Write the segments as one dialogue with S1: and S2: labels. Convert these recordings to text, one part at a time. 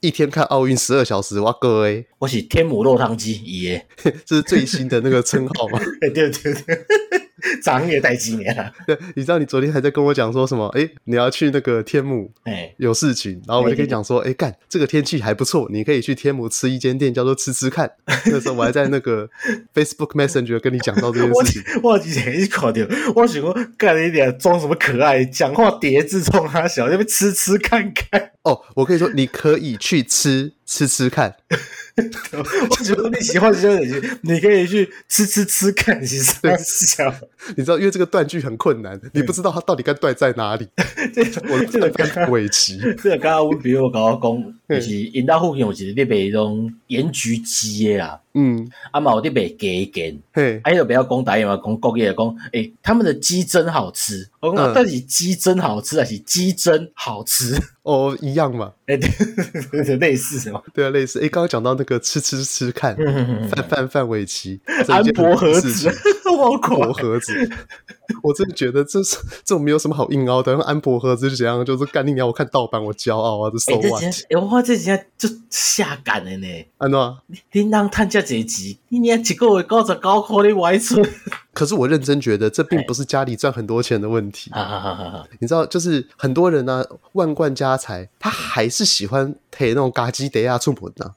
S1: 一天看奥运十二小时，哇各位，
S2: 我是天母肉汤鸡耶，
S1: 这是最新的那个称号嘛？
S2: 对对对， 长也待几年 了，
S1: 对， 你知道你昨天还在跟我讲说什么？哎，你要去那个天母
S2: 哎，
S1: 有事情，然后我就跟你讲说，哎干，这个天气还不错，你可以去天母吃一间店，叫做吃吃看。那时候我还在那个 Facebook Messenger 跟你讲到这件
S2: 我
S1: 事情，
S2: 我之前一看到，我想说干你俩装什么可爱，讲话叠字冲他小，那边吃吃看看，
S1: 哦，我可以说你可以去吃吃吃看，
S2: 我觉得你喜欢就是你，你可以去吃吃吃看，其实
S1: 对
S2: 小，
S1: 你知道，因为这个断句很困难，你不知道它到底该断在哪里，
S2: 这个这
S1: 我
S2: 个
S1: 断
S2: 刚
S1: 断
S2: 刚。
S1: 尾鳍。
S2: 这个刚刚阮朋友甲我讲，
S1: 嗯
S2: 就是因兜附近有一个咧卖迄种盐焗鸡的啦，
S1: 嗯，
S2: 啊嘛有咧卖鸡腱，
S1: 嘿，
S2: 还有不要讲台语嘛，讲国语的讲，诶、他们的鸡胗好吃。我讲、
S1: 嗯
S2: 啊到底鸡胗好吃还是鸡胗好吃？
S1: 哦，一样嘛，
S2: 诶、对对对，类似什么？
S1: 对啊，类似。诶，刚刚讲到那个吃吃吃看，范范范玮琪，这
S2: 嗯安
S1: 一件
S2: 博盒
S1: 事
S2: 子
S1: 情，
S2: 我
S1: 薄
S2: 靠！
S1: 盒子，我真的觉得这是这种没有什么好硬凹的。用安博盒子是怎样？就是干你娘，我看盗版我骄傲啊，这
S2: 诶、
S1: 手
S2: 哎这
S1: 腕
S2: 真，诶、我看这真就下感的呢。
S1: 安诺。
S2: 恁人趁遮侪钱，你娘一个月九十九块，你歪出？
S1: 可是我认真觉得，这
S2: 哎
S1: 并不是家里赚很多钱的问题。
S2: 哈哈哈哈哈！
S1: 你知道，就是很多人呢、万贯家财，他还是喜欢陪那种嘎叽德亚出门 呢。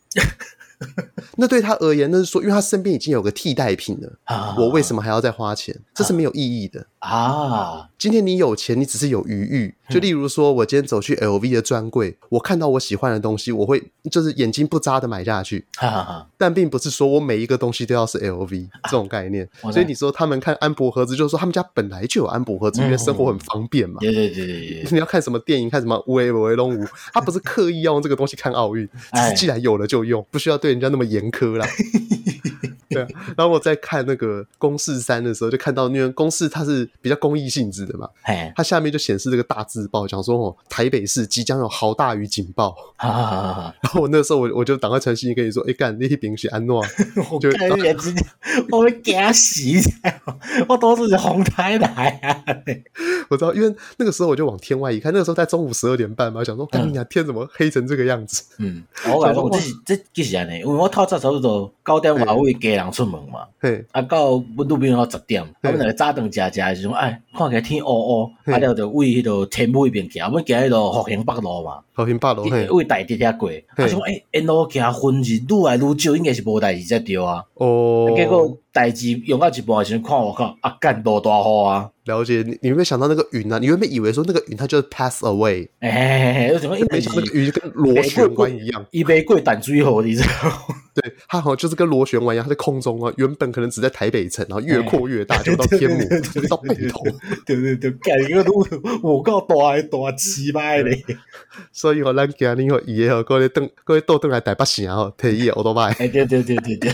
S1: 那对他而言，那是说，因为他身边已经有个替代品了，
S2: 啊
S1: 我为什么还要再花钱？这是没有意义的。
S2: 啊？
S1: 今天你有钱，你只是有余裕。
S2: 嗯
S1: 就例如说，我今天走去 LV 的专柜，我看到我喜欢的东西，我会就是眼睛不眨的买下去。
S2: 哈哈哈！
S1: 但并不是说我每一个东西都要是 LV 这种概念，
S2: 我
S1: 所以
S2: 懂
S1: 你说他们看安博盒子，就是说他们家本来就有安博盒
S2: 嗯
S1: 子，因为生活很方便嘛。
S2: 对对对对对，
S1: 你要看什么电影，看什么无为为龙无，他不是刻意要用这个东西看奥运，只
S2: 哎
S1: 是既然有了就用，不需要对人家那么严 苛啦。对啊，然后我在看那个公式三的时候，就看到因为公式它是比较公益性质的嘛，
S2: 嘿，
S1: 它下面就显示这个大字报，讲说哦，台北市即将有豪大雨警报。
S2: 哈哈哈哈！
S1: 然后我那时候我我就赶快传信息跟你说，哎干，那一饼是安诺啊，
S2: 我
S1: 就
S2: 看人真的，我会惊死！我当初是红台来啊！
S1: 我知道，因为那个时候我就往天外一看，那个时候在中午十二点半嘛，想说，干你娘，天怎么黑成这个样子？
S2: 嗯，我甲你讲，我这是这其实安尼，因为我透早差不多九点外，
S1: 嗯
S2: 我会家人出门嘛，
S1: 嘿，
S2: 啊到阮女朋友十点，啊
S1: 嗯
S2: 阮两个早顿食食的时阵，哎，看起来天乌乌，
S1: 嗯
S2: 啊了就为迄落天母迄边行，阮行迄落复兴北路嘛，
S1: 和平八楼，嘿，
S2: 为台地遐过，啊
S1: 嗯
S2: 想哎，因路行分是愈来愈少，应该是无代志才对啊，
S1: 哦，
S2: 结果代志用到一半的时阵，看我靠，啊干落大雨啊！
S1: 了解你，你有没有想到那个云啊？你原本以为说那个云它就是 pass away，
S2: 哎嘿嘿嘿，为什么一
S1: 没
S2: 直
S1: 想到那个云跟螺旋丸一样，
S2: 伊袂过淡水河，你知道吗？
S1: 对，它好像就是跟螺旋丸一样，它在空中啊，原本可能只在台北城，然后越扩越大，就到天母，就到北投。
S2: 对对对，干个都有够大诶，大鸡掰咧！
S1: 所以哦，咱今日哦，伊哦，各位邓，各位倒邓来台北城哦，提伊奥多麦。
S2: 哎，对对对对对，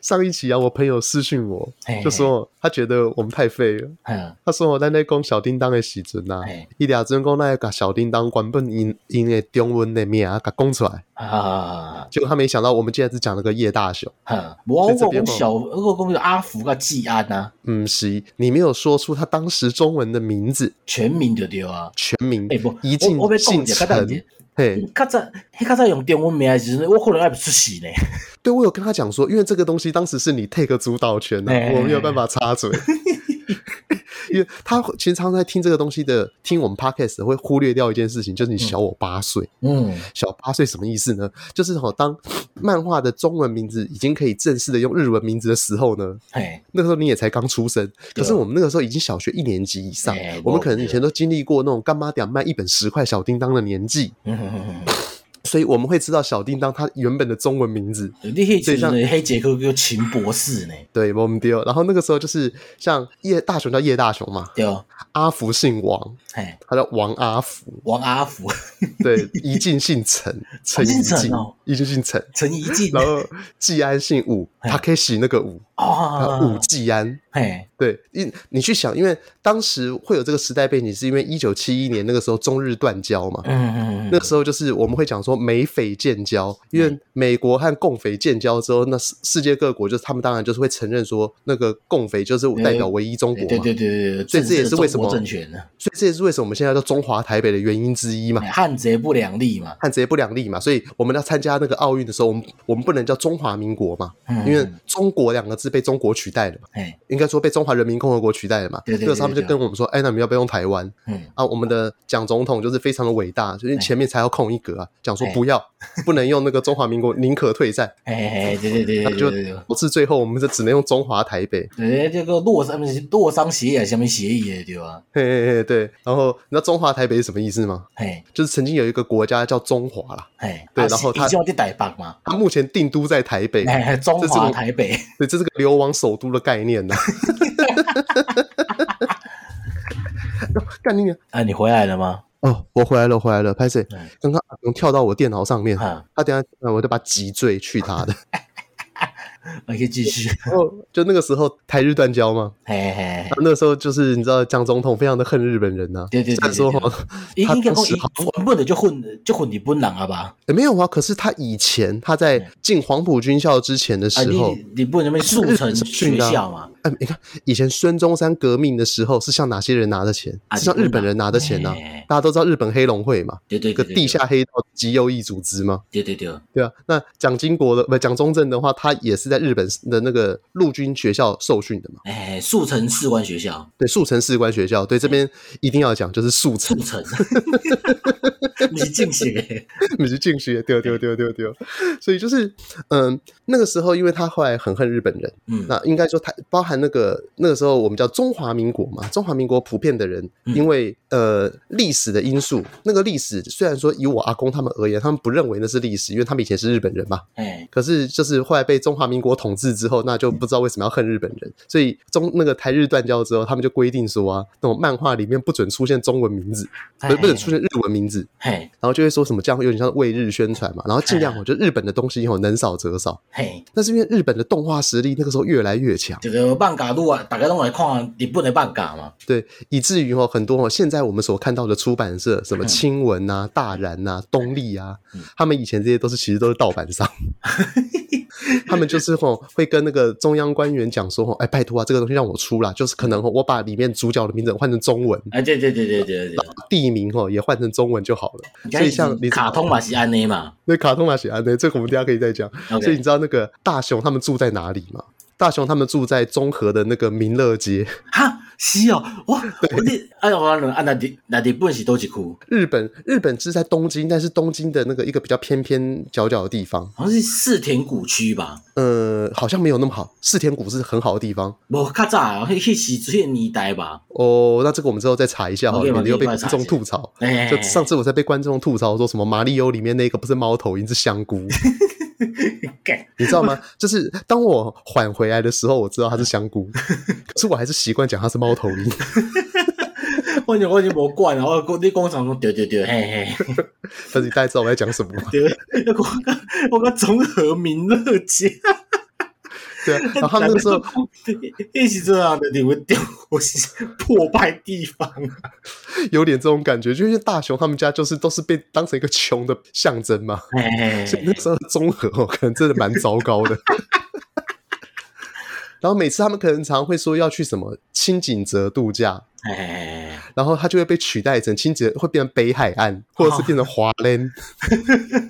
S1: 上一期啊，我朋友私讯我，就说他觉得我们太废了。
S2: 嗯，
S1: 他说我咱咧讲小叮当的时阵呐、啊
S2: 嘿，
S1: 伊俩阵讲咱甲小叮当原本因因的中文的名甲讲出来，
S2: 啊，
S1: 结果他没想到我们竟然只讲了个叶大雄。
S2: 哈，无啊我
S1: 在这边
S2: 讲
S1: 吗
S2: 小，我讲叫阿福甲季安啊，
S1: 嗯，是你没有说出他当时中文的名字
S2: 全名就对啊。
S1: 全名
S2: 哎，不，
S1: 一
S2: 我
S1: 进
S2: 我要讲
S1: 姓
S2: 一下，较早
S1: 陈。嘿，
S2: 较早，迄较早用中文名诶时阵，我可能还不出事呢。
S1: 对我有跟他讲说，因为这个东西当时是你 take 主导权的、
S2: 哎
S1: 我没有办法插嘴。 因为他其实常常在听这个东西的，听我们 podcast 的会忽略掉一件事情，就是你小我八岁。
S2: 嗯，
S1: 小八岁什么意思呢？就是哦，当漫画的中文名字已经可以正式的用日文名字的时候呢，
S2: 嘿，
S1: 那个时候你也才刚出生，可
S2: 对啊
S1: 是我们那个时候已经小学一年级以上
S2: 哎，
S1: 我们可能
S2: 我
S1: 以前都经历过那种干妈点卖一本十块小叮当的年纪，
S2: 嗯嗯嗯嗯
S1: 所以我们会知道小叮当它原本的中文名字。
S2: 嗯，你迄
S1: 所以
S2: 时阵
S1: 像
S2: 迄节课叫秦博士呢，
S1: 对，我们丢。然后那个时候就是像叶大雄叫叶大雄嘛，
S2: 对，
S1: 阿福姓王，
S2: 嘿，
S1: 他叫王阿福。
S2: 王阿福，
S1: 对，一进姓陈，陈一
S2: 姓陈
S1: 进
S2: 哦，
S1: 一进姓陈。
S2: 陈怡静，啊
S1: 然后季安姓武，
S2: 嘿
S1: 他可以洗那个舞，
S2: 哎啊，
S1: 武季安。
S2: 嘿，
S1: 对，因你去想，因为当时会有这个时代背景，是因为一九七一年那个时候中日断交嘛。
S2: 嗯嗯
S1: 那个时候就是我们会讲说美匪建交，因
S2: 嗯
S1: 为美国和共匪建交之后，那世世界各国就是他们当然就是会承认说那个共匪就是代表唯一中国
S2: 嗯，
S1: 嘛，
S2: 对对对对对，
S1: 所以这也是为什
S2: 中国
S1: 么
S2: 政权呢，
S1: 所以这也是为什么我们现在叫中华台北的原因之一嘛，
S2: 嘿汉贼不两立嘛，
S1: 汉贼不两立嘛，所以我们要参加那个奥运的时候，我们我们不能叫中华民国嘛，
S2: 嗯
S1: 因为中国两个字被中国取代了嘛，
S2: 嘿，
S1: 应该说被中华人民共和国取代了嘛，
S2: 对对对
S1: 那个时候他们就跟我们说，哎，那你们要不要用台湾？
S2: 嗯，
S1: 啊，我们的蒋总统就是非常的伟大，就是前面才要空一格啊，讲说
S2: 哎
S1: 不要，不能用那个中华民国，宁可退战。
S2: 嘿嘿，嘿对对对
S1: 那
S2: 对
S1: 就
S2: 对对对。
S1: 不是最后我们就只能用中华台北。
S2: 对，这个洛桑洛桑协议啊，什么协议的对吧？
S1: 嘿嘿嘿，对。然后你知道中华台北是什么意思吗？
S2: 嘿，
S1: 就是曾经有一个国家叫中华啦，
S2: 嘿，
S1: 对
S2: 啊
S1: 然后
S2: 是
S1: 他
S2: 以前我在台北嘛，
S1: 它目前定都在台北，
S2: 嘿，嘿中
S1: 这是
S2: 华
S1: 我
S2: 台北，
S1: 对，这是个流亡首都的概念呐、 干你娘！
S2: 啊，你回来了吗？
S1: 哦，我回来了，回来了，拍谁
S2: 哎？
S1: 刚刚阿龙跳到我电脑上面，
S2: 啊，
S1: 他等一下呃我就把他击坠去他的。
S2: 我可以继续，
S1: 然后 就那个时候台日断交嘛，
S2: 嘿嘿，嘿
S1: 啊那时候就是你知道蒋总统非常的恨日本人呐、
S2: 对对
S1: 虽
S2: 对
S1: 然说
S2: 对
S1: 哦
S2: 对，应
S1: 他
S2: 应该
S1: 当
S2: 讲
S1: 时
S2: 伊原本的就混就混日本人啊吧？
S1: 诶没有啊，可是他以前他在进黄埔军校之前的
S2: 嗯啊，
S1: 时
S2: 你
S1: 候，
S2: 日本那边速成学校嘛？
S1: 哎、你看以前孙中山革命的时候是向哪些人拿的钱？
S2: 啊
S1: 是向日本人拿的钱呐、
S2: 日本啊哎
S1: 大家都知道日本黑龙会嘛，
S2: 对对
S1: 一个
S2: 对，
S1: 地下黑道极右翼组织嘛，
S2: 对，对对对，
S1: 对啊。那蒋经国的不蒋中正的话，他也是在日本的那个陆军学校受训的嘛，
S2: 哎，速成士官学校，
S1: 对，速成士官学校，对这边一定要讲就是速成
S2: 速， 成，不是进学，
S1: 你是进去丢丢丢丢丢，所以就是嗯，那个时候因为他后来很恨日本人，
S2: 嗯，
S1: 那应该说他包含那个那个时候我们叫中华民国嘛，中华民国普遍的人，
S2: 嗯
S1: 因为呃历史的因素，那个历史虽然说以我阿公他们而言，他们不认为那是历史，因为他们以前是日本人嘛。
S2: 哎，
S1: 可是就是后来被中华民国统治之后，那就不知道为什么要恨日本人，所以中那个台日断交之后，他们就规定说啊，那种漫画里面不准出现中文名字，不不准出现日文名字，
S2: 嘿
S1: 然后就会说什么这样有点像为日宣传嘛，然后尽量我觉得日本的东西哦能少则少，
S2: 嘿。
S1: 但是因为日本的动画实力那个时候越来越强。
S2: 这个放假路啊，大家拢来看日本的放假嘛。
S1: 对，以至于哦，很多哦，现在我们所看到的出版社，什么
S2: 嗯
S1: 青文啊、大然啊、东立啊
S2: 嗯，
S1: 他们以前这些都是其实都是盗版 商，他们就是哦，会跟那个中央官员讲说哦，哎，拜托啊，这个东西让我出啦，就是可能哦，我把里面主角的名字换成中文，
S2: 啊，对对对对对对，
S1: 地名哦也换成中文就好了。所以像你
S2: 卡通嘛是安尼嘛，
S1: 那卡通马戏啊，对，这个我们等一下可以再讲。
S2: OK
S1: 所以你知道那个大雄他们住在哪里吗？大雄他们住在中和的那个民乐街，
S2: 哈是哦，哇，我你啊我啊那日那日本是多一区，
S1: 日本日本是在东京，但是东京的那个一个比较偏偏角角的地方，
S2: 好像是四田谷区吧。
S1: 呃，好像没有那么好。四田谷是很好的地方
S2: 无较早，迄迄时迄个年代吧，
S1: 哦。那这个我们之后再查一下好了，
S2: OK，
S1: 免得又被
S2: 哦我
S1: 观
S2: 们可
S1: 众
S2: 以查一下
S1: 吐槽。
S2: 哎，
S1: 就上次我才被观众吐槽说什么马里欧里面那个不是猫头鹰是香 菇，
S2: 干
S1: 你知道吗？就是当我缓回来的时候，我知道它是香 菇，可是我还是习惯讲它是猫头鹰。
S2: 我就我就无管啊，我讲你讲啥讲对对对，嘿嘿，
S1: 但是你大概知道我在讲什么吗？
S2: 对，我讲我讲综合民乐街，
S1: 对 啊，然后他们那个时候，
S2: 迄时阵啊，就认为丢我是破败地方，
S1: 有点这种感觉，就是大雄他们家就是都是被当成一个穷的象征嘛。
S2: 哎，
S1: 所以那时候综合哦，可能真的蛮糟糕的。 然后每次他们可能常会说要去什么清景泽度假，
S2: 哎，
S1: 然后它就会被取代成清景，会变成北海岸，或者是变成华联。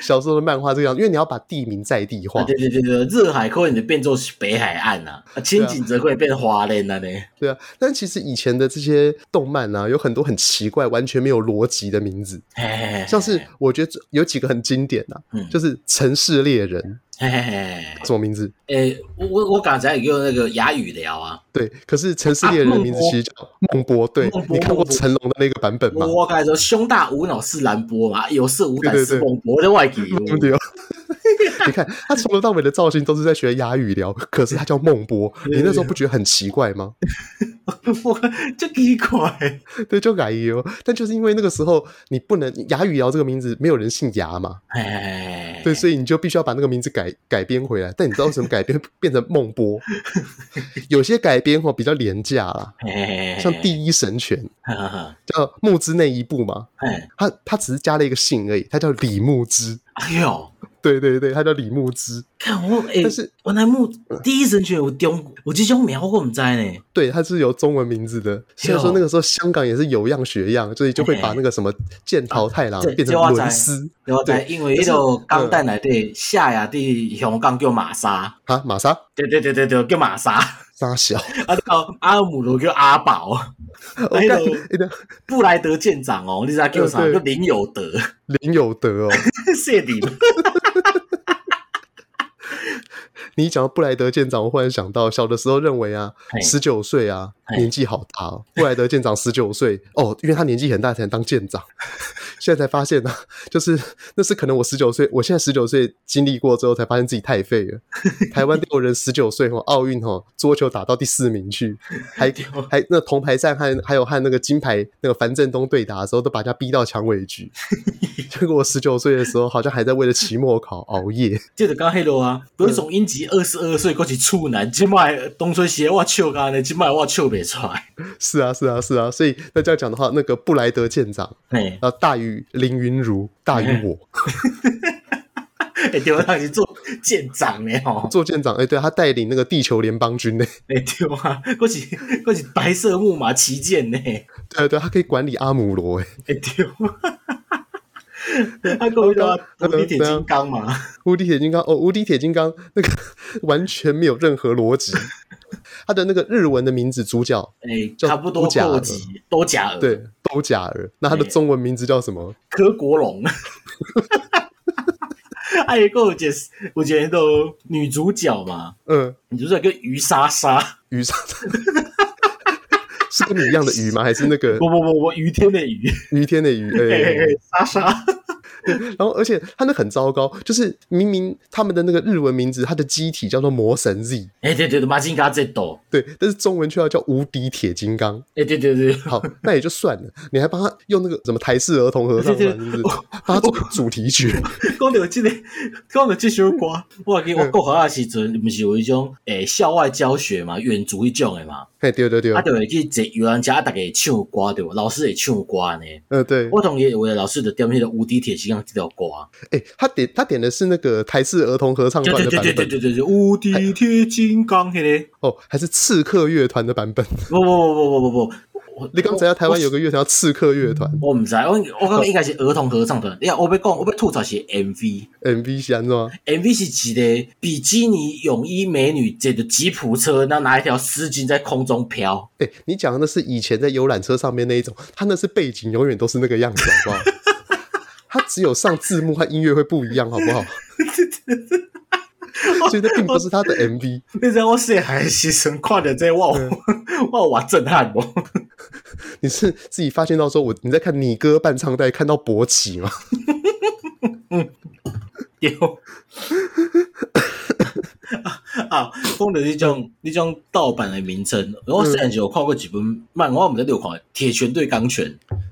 S1: 小时候的漫画这个样，因为你要把地名在地化，
S2: 啊对对对对，热海可能就变作是北海岸啊，啊，清景则可以变华联啊呢，
S1: 对啊。但其实以前的这些动漫啊，有很多很奇怪、完全没有逻辑的名字，
S2: 嘿嘿嘿
S1: 像是我觉得有几个很经典啊，
S2: 嗯
S1: 就是《城市猎人》
S2: 嘿嘿嘿，
S1: 什么名字？
S2: 诶，我我我刚才也用那个哑语聊啊。
S1: 对，可是城市猎人的名字其实叫孟波，对
S2: 孟波
S1: 你看过
S2: 孟波
S1: 成龙的那个版本吗
S2: 我？我刚才说胸大无脑是兰波嘛，有色无胆
S1: 对对
S2: 是
S1: 对
S2: 孟博的外籍。
S1: 对哦， 你看他从头到尾的造型都是在学哑语聊，可是他叫孟波，
S2: 对
S1: 你那时候不觉得很奇怪吗？
S2: 我这奇怪，
S1: 对，就改哟。但就是因为那个时候你不能哑语聊这个名字，没有人姓哑嘛，
S2: 哎，
S1: 对，所以你就必须要把那个名字改改编回来。但你知道为什么改编 变成孟波？有些改编哦比较廉价啦，
S2: 哎，
S1: 像《第一神拳
S2: 哈哈哈，》
S1: 叫木之内一部嘛，
S2: 哎，
S1: 他他只是加了一个姓而已，他叫李木之。
S2: 哎呦，
S1: 对对对，他叫李木之，
S2: 看我哎
S1: 但是，
S2: 我那幕第一神拳有中，有这种名我唔知道呢，
S1: 对，他是有中文名字的。虽然说那个时候香港也是有样学样，所以就会把那个什么剑桃太郎
S2: 啊这
S1: 变成
S2: 这我知
S1: 伦斯
S2: 对我知道
S1: 对
S2: 因为迄个钢弹内底下呀，伫香港叫玛莎，
S1: 啊，玛莎
S2: 对对对对对，叫玛莎，
S1: 沙小，
S2: 啊，到阿姆罗叫阿宝，
S1: 我
S2: 那
S1: 干
S2: 个
S1: 哎那
S2: 布莱德舰长哦，你知道叫啥？
S1: 对对
S2: 叫林有德，
S1: 林有德哦。
S2: 谢林，
S1: 你一讲到布莱德舰长，我忽然想到小的时候认为啊，
S2: 嘿
S1: 十九岁啊，
S2: 嘿
S1: 年纪好大哦。布莱德舰长十九岁哦，因为他年纪很大才能当舰长。 现在才发现呢、啊，就是那是可能我十九岁，我现在十九岁经历过之后，才发现自己太废了。台湾六人十九岁哦，奥运哦，桌球打到第四名去，还还那铜牌战和还有和那个金牌那个樊振东对打的时候，都把人家逼到强尾局。 结果我十九岁的时候，好像还在为了期末考熬夜。
S2: 这就讲迄落啊，有一种英籍二十二岁，还是处男，即摆当初时我笑甲呢，即摆我笑袂出来，
S1: 是啊，是啊，是啊，所以那这样讲的话，那个布莱德舰长
S2: 嘿，
S1: 啊，大于凌云如，大于我。
S2: 会哎对，当时做舰长呢吼，
S1: 做舰长，哎、对他带领那个地球联邦军哎呢，
S2: 会对 啊，还是还是白色木马旗舰 呢，会
S1: 对啊对啊，他可以管理阿姆罗，哎，
S2: 对啊，啊，还有迄落独立铁金刚嘛，
S1: 无敌铁金刚哦，无敌铁金刚那个 完全没有任何逻辑，他的那个日文的名字主角
S2: 诶，
S1: 叫
S2: 哎差不多
S1: 都假
S2: 够
S1: 的
S2: 级，都假尔，
S1: 对都假儿，那他的
S2: 对
S1: 中文名字叫什么？
S2: 柯国龙。 啊，伊有一个有一个迄落女主角嘛，
S1: 嗯，
S2: 女主角叫于莎莎，
S1: 鱼上。是跟你一样的鱼吗？还是那个
S2: 不不不不，于天的于，
S1: 于天的鱼？哎、
S2: 嘿嘿嘿莎莎，
S1: 然后而且他那很糟糕，就是明明他们的那个日文名字，它的机体叫做魔神 Z，
S2: 哎对对对，马金嘎这斗，
S1: 对，但是中文却要叫无敌铁金刚。
S2: 哎对对对，
S1: 好，那也就算了，你还帮他用那个什么台式儿童合唱团，
S2: 对
S1: 是
S2: 对
S1: 不是帮他做主题曲？
S2: 讲到这个，讲到这首歌，我还记得我国校的时阵，不是有一种诶校外教学嘛，远足迄种的嘛，
S1: 哎，对对对
S2: 啊，就会去坐游览车，啊，大家会唱歌对吧？老师会唱歌呢，
S1: 呃对，
S2: 我同意有的老师就点迄个《无敌铁金刚》这条歌，啊
S1: 哎，他点他点的是那个台式儿童合唱
S2: 对
S1: 团的
S2: 对对
S1: 版
S2: 对对
S1: 本
S2: 对对对，《无敌铁金刚》迄个，
S1: 哦，还是刺客乐团的版本？
S2: 不不不不不不不，
S1: 你刚才要台湾有个乐团叫刺客乐团
S2: 我唔知，我我感觉应该是儿童合唱团。你看，我要讲，我要吐槽是 MV，MV
S1: ，MV 是安装，
S2: 是一个比基尼泳衣美女坐着吉普车，那拿一条丝巾在空中飘。
S1: 哎，你讲的那是以前在游览车上面那一种，他那是背景永远都是那个样子，好不好？ 他只有上字幕和音乐会不一样，好不好？ 所以那并不是他的 MV。
S2: 你知道我细汉的时阵看着这个我有我有哇震撼无？
S1: 你是自己发现到说我你在看你哥伴唱带看到勃起吗？
S2: 对。 啊，讲到你种
S1: 嗯
S2: 你种盗版的名称，我虽然是有看过几本漫画，我们在有看《铁拳对钢拳》，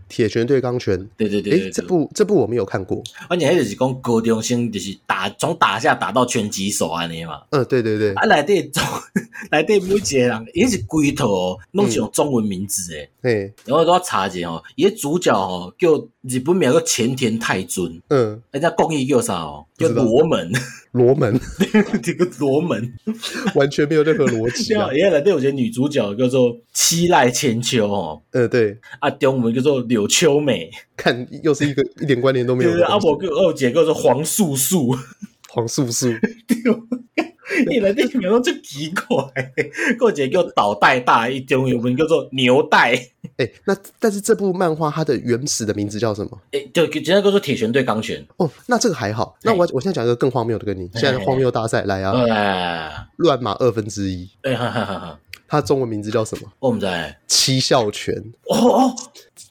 S1: 铁拳对钢拳，
S2: 对对对
S1: 诶，
S2: 对
S1: 这
S2: 对。
S1: 部这部我没有看过。
S2: 而且迄就是讲高中生就是打从打架打到拳击手安尼嘛，
S1: 嗯，对对对，
S2: 啊内底中 内底每一个人，伊是规套哦，拢是用中文名字诶。
S1: 哎，
S2: 然后我查一下哦，伊的主角哦叫日本名叫前田太尊，
S1: 嗯，
S2: 人家国语叫啥哦？
S1: 不
S2: 叫
S1: 知道
S2: 罗门，
S1: 罗门
S2: 这个罗门。
S1: 完全没有任何逻辑
S2: 然
S1: 啊
S2: 后。伊内底有一个女主角叫做七濑千秋哦，
S1: 嗯，对，
S2: 啊中文叫做柳秋美，
S1: 看又是一个一点关联都没
S2: 对
S1: 有
S2: 不
S1: 的
S2: 对？啊
S1: 东西。
S2: 无叫二姐叫做黄素素。
S1: 黄素素，
S2: 伊内底名拢足奇怪， 还有一个叫倒带大，伊中文叫做牛带，
S1: 哎，那但是这部漫画它的原始的名字叫什么？
S2: 诶、就就真正叫做铁拳对钢拳。
S1: 哦，那这个还好。那
S2: 哎
S1: 我我现在讲一个更荒谬的给你，现在的荒谬大赛来啊，
S2: 哎
S1: 乱码二分之一。
S2: 哎哈哈哈哈！
S1: 它中文名字叫什么？
S2: 我毋知道。
S1: 七笑拳，
S2: 哦哦，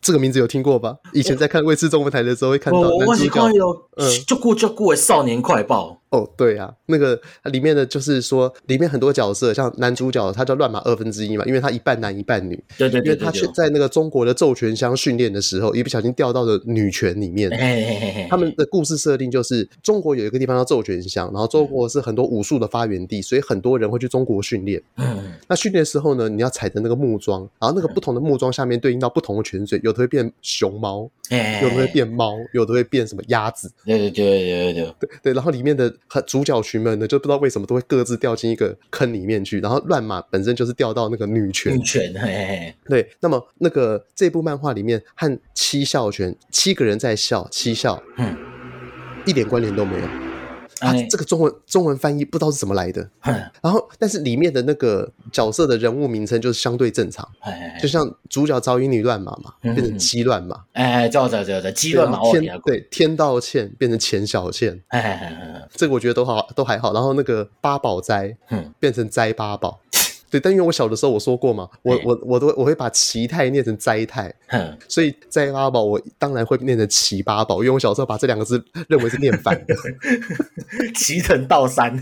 S1: 这个名字有听过吧？以前在看卫视中文台的时候会看到
S2: 我哎我
S1: 男
S2: 是
S1: 主
S2: 看
S1: 角。
S2: 有
S1: 嗯
S2: 足久足久的少年快报，
S1: 哦，对啊，那个里面的就是说，里面很多角色，像男主角他叫乱马二分之一嘛，因为他一半男一半女，
S2: 对对
S1: 因为
S2: 对对
S1: 他去
S2: 对。
S1: 在那个中国的咒拳乡训练的时候，一不小心掉到了女权里面。
S2: 嘿嘿嘿嘿，
S1: 他们的故事设定就是，中国有一个地方叫咒拳乡，然后中国是很多武术的发源地，所以很多人会去中国训练。
S2: 嗯
S1: 那训练的时候呢，你要踩着那个木桩，然后那个不同的木桩下面对应到不同的泉水，有的会变熊猫，
S2: 嘿，
S1: 有的会变猫，有的会变什么鸭子，
S2: 对，对对对对对，
S1: 对，然后里面的和主角群们呢，就不知道为什么都会各自掉进一个坑里面去，然后乱马本身就是掉到那个女权
S2: 女，权，嘿嘿嘿，
S1: 对，那么那个这部漫画里面和七笑拳七个人在笑七笑，
S2: 嗯，
S1: 一点关联都没有，啊
S2: 安尼，
S1: 这个中文中文翻译不知道是怎么来的，
S2: 哎哼
S1: 然后但是里面的那个角色的人物名称就是相对正常。
S2: 嘿嘿
S1: 就
S2: 嘿，
S1: 像主角早已女乱马嘛，
S2: 哎嗯
S1: 变成鸡乱马，
S2: 哎，知道知道知道，知道鸡
S1: 对
S2: 乱
S1: 然
S2: 马啊
S1: 后
S2: 我有
S1: 天
S2: 听过，
S1: 对天道歉变成钱小倩，
S2: 嘿嘿嘿嘿，嘿
S1: 这个我觉得都好都还好。然后那个八宝斋
S2: 嗯，
S1: 变成斋八宝，对，但因为我小的时候我说过嘛，我
S2: 哎
S1: 我我都我会把齐泰念成斋泰，
S2: 哼，
S1: 所以斋八宝我当然会念成齐八宝，因为我小时候把这两个字认为是念反的。
S2: 齐藤道三，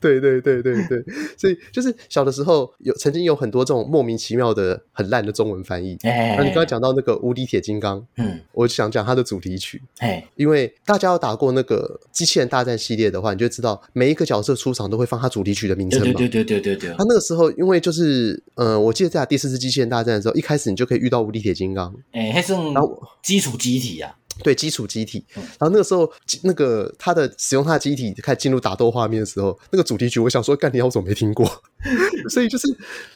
S1: 对对对对对，所以就是小的时候有曾经有很多这种莫名其妙的很烂的中文翻译。
S2: 哎，
S1: 啊那你刚刚，讲到那个无敌铁金刚，
S2: 嗯，
S1: 我想讲它的主题曲。
S2: 嘿，
S1: 因为大家有打过那个机器人大战系列的话，你就知道每一个角色出场都会放他主题曲的名
S2: 对
S1: 称
S2: 对
S1: 嘛。
S2: 对对对对对
S1: 他，那个时候，因为就是，呃，我记得在打第四次机器人大战的时候，一开始你就可以遇到无敌铁金刚，
S2: 哎，还算
S1: 然后我
S2: 基础机体啊，
S1: 对基础机体。然后那个时候，机那个他的使用他的机体开始进入打斗画面的时候，那个主题曲，我想说，干你娘，我怎么没听过？ 所以就是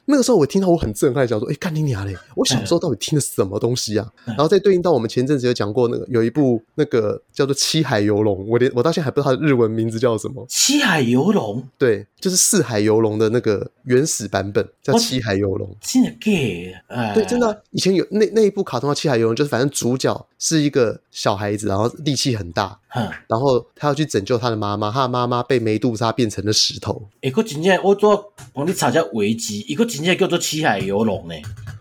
S1: 那个时候我听到我很震撼，想说，哎，干你娘嘞！我小时候到底听的什么东西啊？然后再对应到我们前阵子有讲过那个有一部那个叫做《七海游龙》，我连我到现在还不知道它的日文名字叫什么。
S2: 七海游龙，
S1: 对，就是四海游龙的那个原始版本叫
S2: 我
S1: 《七海游龙》。
S2: 真的假的？哎，
S1: 对，真的啊、以前有那那一部卡通叫《七海游龙》，就是反正主角是一个小孩子，然后力气很大，
S2: 哼。
S1: 然后他要去拯救他的妈妈，他的妈妈被梅杜莎变成了石头。
S2: 诶，哎佫真正我做帮你查一下维基，伊佫真正叫做七海游龙呢。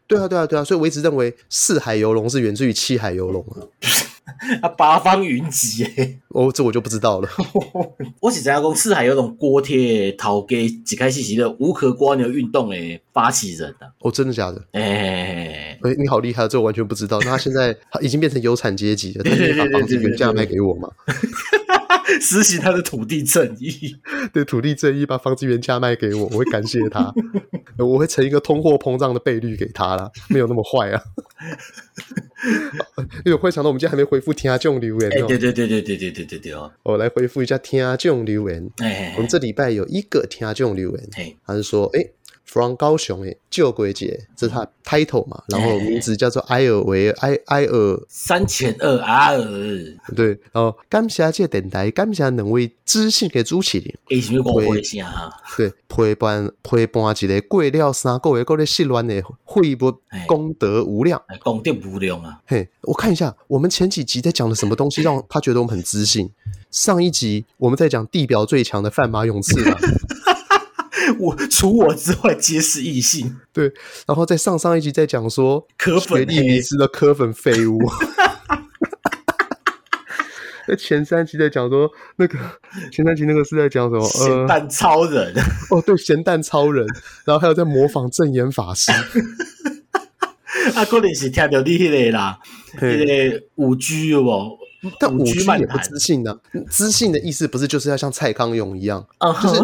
S1: 对啊，对啊，对啊，所以我一直认为四海游龙是源自于七海游龙啊。
S2: 啊，八方云集诶，
S1: 哦，这我就不知道了。
S2: 我是知影讲四海游龙锅贴的头家一开始是个无壳蜗牛运动的发起人啊。
S1: 哦，真的假的？
S2: 诶、
S1: 哎，你好厉害，这我完全不知道。那他现在他已经变成有产阶级了，他可以把房子原价卖给我嘛？
S2: 实行他的土地正义。
S1: 对，土地正义把房子原价卖给我，我会感谢他，呃我会乘一个通货膨胀的倍率给他啦，没有那么坏啊。 因为我忽然想到，我们今天还没回复天下众留言
S2: 诶、
S1: 哦
S2: 哎对，对对对对对对对对哦。
S1: 我来回复一下天下众留言。
S2: 诶、
S1: 我们这礼拜有一个听众留言，
S2: 嘿，
S1: 他是说，哎、f r o m 高雄诶，旧鬼姐，这是他 title 嘛，然后名字叫做埃尔维尔埃埃尔，
S2: 三千二 R，
S1: 对，然后感谢这个电台，感谢两位知性的主持人，
S2: 诶，是毋是讲回声啊？
S1: 对，陪伴陪伴一个过了三个月，过咧失恋的废物
S2: 哎，
S1: 功德无量。
S2: 哎功德无量啊！
S1: 嘿，我看一下，我们前几集在讲的什么东西，让他觉得我们很知性。上一集我们在讲地表最强的范马勇次郎，
S2: 我除我之外皆是异性，
S1: 对，然后在上上一集在讲说
S2: 可
S1: 学
S2: 粉
S1: 历迷
S2: 黑。
S1: 失的科粉废 物。那前三集在讲说那个前三集那个是在讲什么？
S2: 咸
S1: 呃，
S2: 蛋超人，
S1: 哦，对，咸蛋超人，然后还有在模仿正言法师。
S2: 啊，可能是听到你迄个啦，
S1: 嘿
S2: 迄个五 G 有无？
S1: 但五
S2: G
S1: G
S2: 漫
S1: 也不
S2: 谈，
S1: 知性呢、知性的意思不是就是要像蔡康永一样，
S2: 啊，就是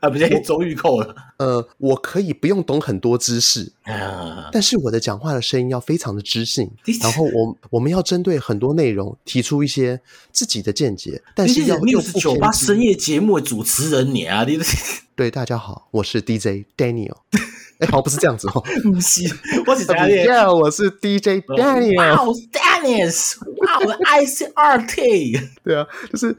S2: 啊，不是周玉蔻了，
S1: 呃，我可以不用懂很多知识，
S2: 啊，
S1: 但是我的讲话的声音要非常的知 性
S2: 的，确
S1: 然后我我们要针对很多内容提出一些自己的见解，但
S2: 你
S1: 是
S2: 是
S1: 要又
S2: ，news
S1: 不
S2: 酒
S1: 偏
S2: 吧
S1: 激
S2: 深夜节目的主持人你啊，你不
S1: 对，大家好，我是 DJ Daniel。哎， 好像不是这样子哦。
S2: 是，我是讲
S1: 你
S2: 你。
S1: 好，我是 DJ
S2: 哇
S1: Daniel。
S2: 哦，Dennis，哇，我的 ICRT，
S1: 对啊，就是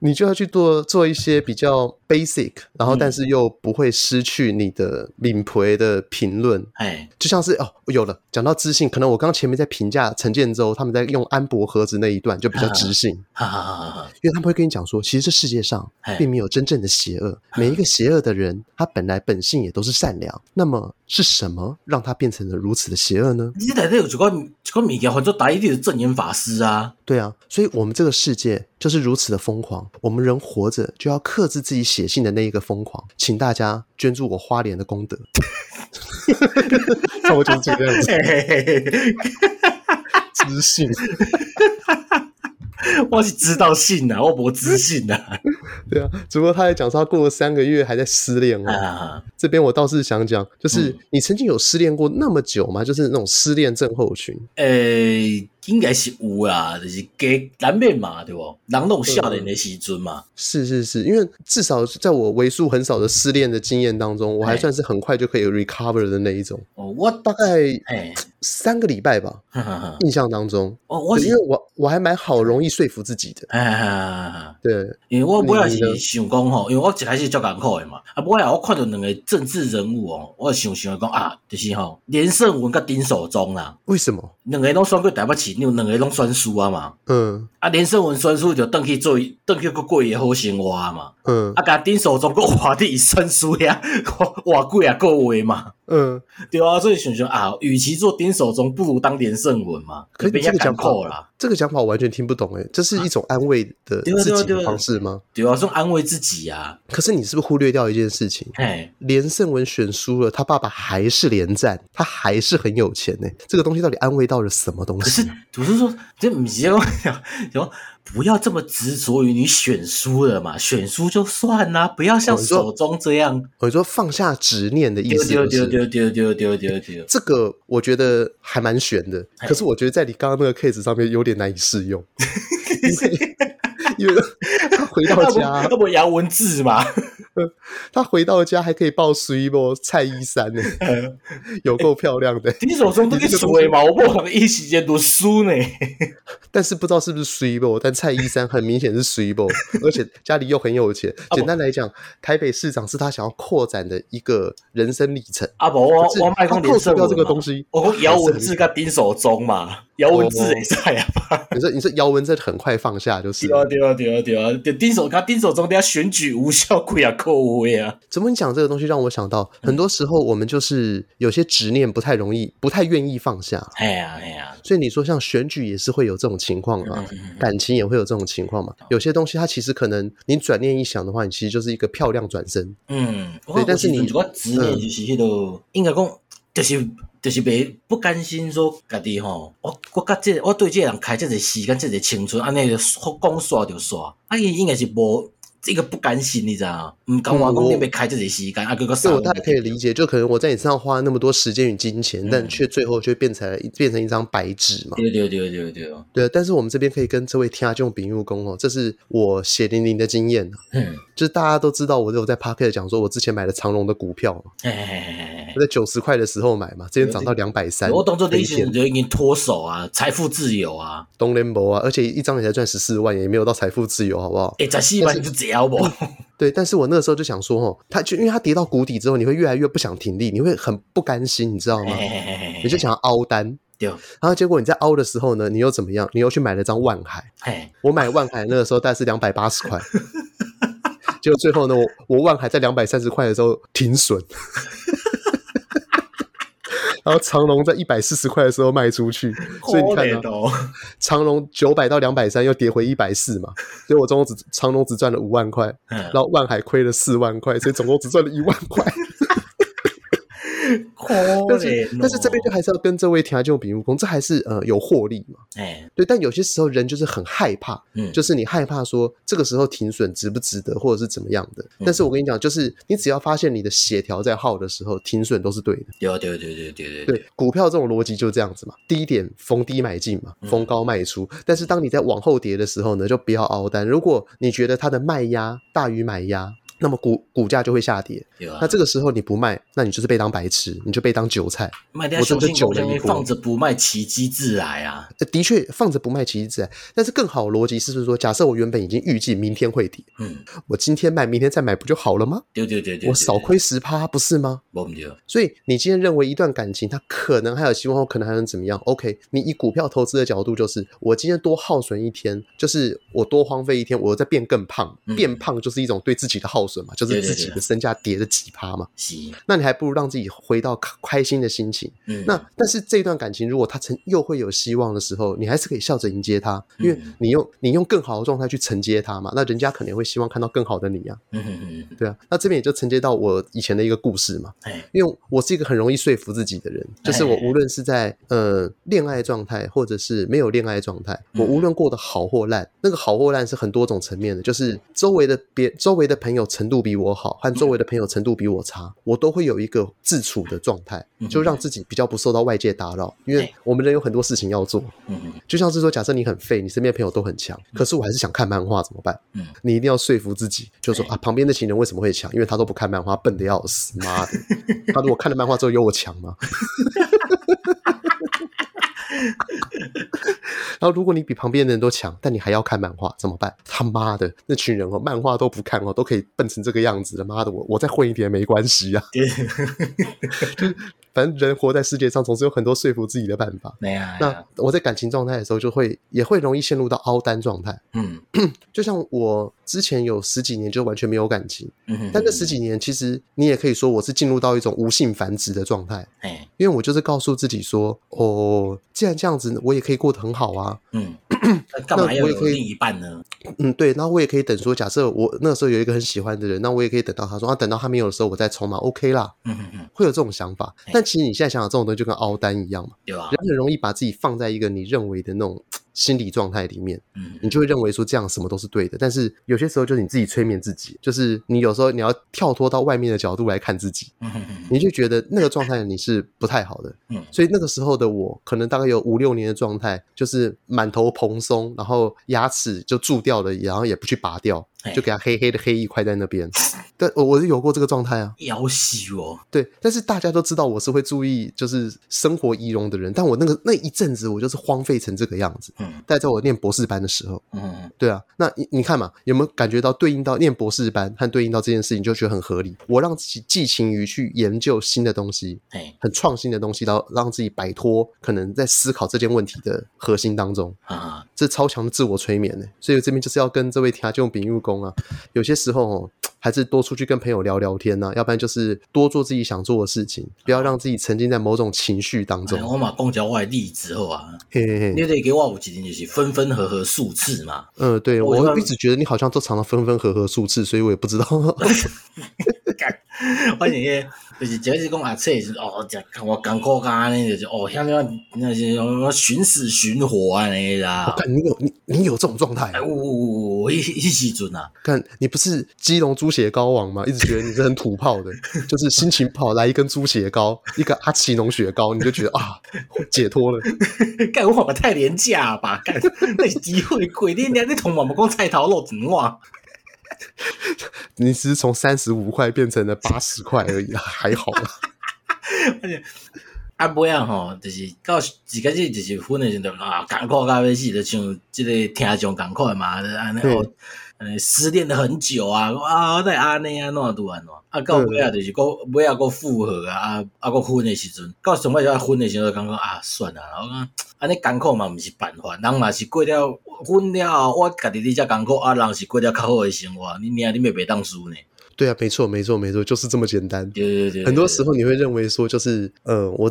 S1: 你就要去做做一些比较 basic，然后
S2: 嗯
S1: 但是又不会失去你的领培的评论。
S2: 哎，
S1: 就像是哦，有了讲到知性，可能我刚前面在评价陈建州他们在用安博盒子那一段就比较知性，
S2: 哈哈哈哈哈，
S1: 因为他们会跟你讲说，其实这世界上
S2: 哎
S1: 并没有真正的邪
S2: 嗯
S1: 恶，每一个邪恶的人，他本来本性也都是善良。那么是什么让他变成了如此的邪恶呢？
S2: 你内底有一款一款物件，叫做打一定的正言法师啊，
S1: 对啊，所以我们这个世界就是如此的疯狂。我们人活着就要克制自己写信的那一个疯狂，请大家捐助我花莲的功德。 那我就是这个样子，
S2: 嘿嘿嘿嘿
S1: 知性。
S2: 我是知道信啊，我无自信啊，
S1: 对啊，只不过他还讲说他过了三个月还在失恋哦。
S2: 啊，
S1: 这边我倒是想讲，就是
S2: 嗯
S1: 你曾经有失恋过那么久吗？就是那种失恋症候群。
S2: 诶、呃应该是有啦，就是加难免嘛，对不？人拢有少年的时阵嘛，
S1: 是是是，因为至少在我为数很少的失恋的经验当中，我还
S2: 哎
S1: 算是很快就可以 recover 的那一种，
S2: 哦，我
S1: 大概
S2: 诶，
S1: 三个礼拜吧，
S2: 哈哈哈，
S1: 印象当中。
S2: 哦，我
S1: 对因
S2: 是
S1: 为，我我还蛮好容易说服自己的，
S2: 哎哎哎哎。
S1: 对，
S2: 因为我本来
S1: 你呢
S2: 是想讲吼，因为我一开始足艰苦的嘛，啊，不过来我看到两个政治人物哦，我想想讲啊，就是吼连胜文甲丁守中啦，
S1: 为什么？
S2: 两个拢选过台北市，两个拢选输啊嘛，
S1: 嗯
S2: 啊，连胜文选输就转去做转去过过伊好生活啊嘛，
S1: 嗯
S2: 啊，甲丁守中个活伫伊选输呀， 活几啊个月嘛，
S1: 嗯，
S2: 对啊，所以想想啊，与其做丁守中，不如当连胜文嘛，
S1: 可是
S2: 就
S1: 你
S2: 比
S1: 这
S2: 较
S1: 个
S2: 艰
S1: 讲法
S2: 苦啦，，
S1: 这个讲法我完全听不懂哎，这是一种安慰的
S2: 对啊
S1: 自己
S2: 对啊对
S1: 的
S2: 啊
S1: 方式吗？
S2: 对啊，算安慰自己啊，
S1: 可是你是不是忽略掉一件事情？
S2: 嘿，
S1: 连胜文选输了，他爸爸还是连战，他还是很有钱呢。这个东西到底安慰到了什么东
S2: 可是
S1: 西？
S2: 我是说，这不是讲讲不要这么执着于你选输了嘛，选输就算啦、不要像
S1: 哦你说
S2: 手中这样
S1: 我说放下执念的意
S2: 丢
S1: 思
S2: 丢
S1: 就
S2: 丢
S1: 是。
S2: 丢丢丢丢丢丢。
S1: 这个我觉得还蛮悬的，
S2: 哎
S1: 可是我觉得在你刚刚那个 case 上面有点难以适 用，因为因为他回到
S2: 要不啊
S1: 家，
S2: 要不杨文字嘛？
S1: 他回到家还可以抱 s u p 蔡依珊 呢，有够漂亮的。
S2: 你手中都给水嘛，我不可能一时间读书呢。
S1: 但是不知道是不是 s u p 但蔡依珊很明显是 s u p 而且家里又很有 钱。
S2: 啊不
S1: 简单来讲，台北市长是他想要扩展的一个人生里程。
S2: 啊不，我
S1: 可是
S2: 我卖
S1: 他
S2: 空
S1: 扣
S2: 连
S1: 除
S2: 胜
S1: 掉
S2: 文
S1: 这个东
S2: 嘛，
S1: 西，
S2: 我讲
S1: 还
S2: 姚
S1: 是
S2: 文
S1: 很
S2: 字跟丁守中嘛，姚文字也在啊。
S1: 你说你说姚文真的很快放下，就是
S2: 对啊对啊对啊对啊，就丁守跟丁守中等下选举无效，贵啊扣位啊。
S1: 怎么你讲这个东西，让我想到很多时候我们就是有些执念不太容易，不太愿意放下。
S2: 哎呀哎呀，
S1: 所以你说像选举也是会有这种情况嘛，感情也会有这种情况嘛。有些东西它其实可能你转念一想的话，你其实就是一个漂亮转身。
S2: 嗯，我
S1: 对但
S2: 有
S1: 是
S2: 时阵
S1: 你嗯
S2: 一个执念就是迄、落、应该讲，就是就是袂不甘心说家己吼，我我甲这我对这个人开这个时间，这个青春，安尼就讲煞就煞，啊伊应该是无这个不甘心，你知道吗？毋甘我
S1: 嗯我
S2: 讲你要开这个时间，啊，佮个
S1: 所
S2: 啥
S1: 以我？大概可以理解，就可能我在你身上花了那么多时间与金钱，但却最后却变成了变成一张白纸嘛。
S2: 对对对对对，
S1: 对，但是我们这边可以跟这位听众朋友公哦，这是我血淋淋的经验啊，
S2: 嗯，
S1: 就是大家都知道我有在 p o c k e t 讲说，我之前买了长隆的股票嘛，
S2: 嘿嘿嘿嘿嘿
S1: 我在九十块的时候买嘛，之前涨到两百三，
S2: 我当做你
S1: 飞
S2: 以前
S1: 天
S2: 就已经脱手啊，财富自由啊，
S1: 东联博啊，而且一张也才赚十四万，也没有到财富自由，好不好？
S2: 诶，哎十四万你就只要无，
S1: 嗯对，但是我那时候就想说，哦，它就因为它跌到谷底之后，你会越来越不想停利，你会很不甘心，你知道吗？你就想要凹单，
S2: 对，
S1: 然后结果你在凹的时候呢，你又怎么样？你又去买了张万海，
S2: 嘿，
S1: 我买万海那个时候大概是两百八十块，结果最后呢，我我万海在两百三十块的时候停损， 然后长隆在一百四十块的时候卖出去，所以你看啊呢、
S2: 可怜哦。
S1: 长隆九百到两百三又跌回一百四嘛，所以我总共只长隆只赚了五万块，
S2: 嗯
S1: 然后万海亏了四万块，所以总共只赚了一万块。
S2: 可
S1: 但是
S2: 怜、哦。
S1: 但是这边就还是要跟这位听众比武功，这还是呃有获利嘛？
S2: 哎，
S1: 对，但有些时候人就是很害怕，
S2: 嗯，
S1: 就是你害怕说这个时候停损值不值得，或者是怎么样的。但是我跟你讲，就是你只要发现你的血条在耗的时候，停损都是对的。
S2: 对对对对对对啊
S1: 对，股票这种逻辑就这样子嘛，低点逢低买进嘛，逢高卖出。但是当你在往后跌的时候呢，就不要凹单。如果你觉得它的卖压大于买压，那么股股价就会下跌。
S2: 对啊
S1: 那，这个时候你不卖，那你就是被当白痴，你就被当韭菜。
S2: 卖掉
S1: 我真
S2: 雄
S1: 的
S2: 性
S1: 久
S2: 狗
S1: 了
S2: 上
S1: 一
S2: 面
S1: 波
S2: 放着不卖，奇迹自来啊！
S1: 呃的确，放着不卖其实自然，但是更好的逻辑是不是说，假设我原本已经预计明天会跌，
S2: 嗯，
S1: 我今天卖，明天再买不就好了吗？
S2: 对对对对，
S1: 我少亏十趴，不是吗？
S2: 无毋对，
S1: 所以你今天认为一段感情它可能还有希望，可能还能怎么样？OK，你以股票投资的角度，就是我今天多耗损一天，就是我多荒废一天，我又在变更胖
S2: 嗯，
S1: 变胖就是一种对自己的耗损嘛，就是
S2: 对对
S1: 自己
S2: 对
S1: 的身价跌了几趴嘛。
S2: 是，
S1: 那你还不如让自己回到开开心的心情。
S2: 嗯，
S1: 那但是这段感情，如果它曾又会有希望的时候，你还是可以笑着迎接它，因为
S2: 嗯
S1: 你用你用更好的状态去承接它嘛，那人家可能会希望看到更好的你啊，
S2: 嗯嗯嗯，
S1: 对啊。那这边也就承接到我以前的一个故事嘛，
S2: 哎，
S1: 因为我是一个很容易说服自己的人，就是我
S2: 哎
S1: 无论是在呃恋爱状态，或者是没有恋爱状态，我无
S2: 嗯
S1: 论过得好或烂，那个好或烂是很多种层面的，就是周围的别周围的朋友程度比我好，和周围的朋友程度比我差，我都会有一个自处的状态，就让自己比较不受到外界打扰，因为
S2: 嗯哎
S1: 我们人有很多事情要做，
S2: 嗯嗯
S1: 就像是说，假设你很废，你身边朋友都很强，可是我还是想看漫画，怎么办？
S2: 嗯
S1: 你一定要说服自己，就说
S2: 哎
S1: 啊，旁边那群人为什么会强？因为他都不看漫画，笨的要死，妈的！他如果看了漫画之后有我强吗？ 然后，如果你比旁边的人都强，但你还要看漫画，怎么办？他妈的，那群人哦，漫画都不看哦，都可以笨成这个样子了，妈的，我我再混一点也没关系啊。
S2: 对，
S1: 反正人活在世界上，总是有很多说服自己的办法。
S2: 没啊，
S1: 那我在感情状态的时候，就会也会容易陷入到凹单状态。
S2: 嗯
S1: 就像我之前有十几年就完全没有感情，
S2: 嗯，
S1: 但这十几年其实你也可以说我是进入到一种无性繁殖的状态，
S2: 哎，
S1: 因为我就是告诉自己说，哦，既然这样子，我也可以过得很好啊，
S2: 嗯， 那干嘛要有另一半呢？
S1: 嗯，对，然后我也可以等说，假设我那时候有一个很喜欢的人，那我也可以等到他说啊，等到他没有的时候我再冲嘛，OK 啦，
S2: 嗯嗯嗯，
S1: 会有这种想法
S2: 哎。
S1: 但其实你现在想想，这种东西就跟凹单一样嘛，
S2: 对吧？
S1: 人很容易把自己放在一个你认为的那种心理状态里面。
S2: 嗯
S1: 你就会认为说这样什么都是对的。但是有些时候就是你自己催眠自己，就是你有时候你要跳脱到外面的角度来看自己，
S2: 嗯嗯
S1: 你就觉得那个状态你是不太好的。
S2: 嗯
S1: 所以那个时候的我，可能大概有五六年的状态，就是满头蓬松，然后牙齿就蛀掉了，然后也不去拔掉
S2: 哎，
S1: 就给它黑黑的黑一块在那边。但我我是有过这个状态啊，
S2: 要死哦，
S1: 对，但是大家都知道我是会注意就是生活仪容的人，但我那个那一阵子我就是荒废成这个样子。
S2: 嗯
S1: 但在我念博士班的时候，
S2: 嗯
S1: 对啊，那你你看嘛，有没有感觉到对应到念博士班和对应到这件事情，就觉得很合理？我让自己寄情于去研究新的东西，
S2: 哎
S1: 很创新的东西，然后让自己摆脱可能在思考这件问题的核心当中，
S2: 啊，
S1: 这超强的自我催眠呢、所以我这边就是要跟这位听众丙入工啊，有些时候哦，还是多出去跟朋友聊聊天啊呐、要不然就是多做自己想做的事情，不要让自己沉浸在某种情绪当中。
S2: 哎我嘛讲交我的例子好啊，
S1: 嘿嘿
S2: 你
S1: 嘿，
S2: 得给我有一点就是分分合合数次嘛，
S1: 嗯，对
S2: 我
S1: 我一直觉得你好像都常常分分合合数次，所以我也不知道。
S2: 反正就是只是讲啊，册是哦，就我艰苦干安尼就是哦，像那那些寻死寻活安尼啊啦
S1: 我，看你有你你有这种状态
S2: 哎，，呜呜呜，迄迄时阵啊，
S1: 看你不是基隆猪血糕王吗？一直觉得你是很土炮的，就是心情不好来一根猪血糕，一个阿奇浓血糕，你就觉得啊解脱了。
S2: 干我嘛太廉价吧？干， 那是机会贵，你你你同我们讲菜头肉怎哇？
S1: 你只是从三十五块变成了八十块而已， 还好啦。
S2: 啊，尾啊吼，就是到一开始就是分的时阵啊，艰苦到要死，就像即个听众艰苦的嘛，就安尼
S1: 对
S2: 哦，安尼失恋了很久啊，啊，在安尼啊，怎拄安怎？啊，到尾啊就是个尾啊个复合啊，啊啊个分的时阵，到上尾就分的时阵，感觉啊算啦，然后讲安尼艰苦嘛，毋是办法，人嘛是过了分了，我家己咧遮艰苦啊，人是过了较好的生活，你你你咪袂当输呢？
S1: 对啊，没错，没错，没错，就是这么简单。
S2: 对对对对，
S1: 很多
S2: 对
S1: 时候你会认为说，就是呃，我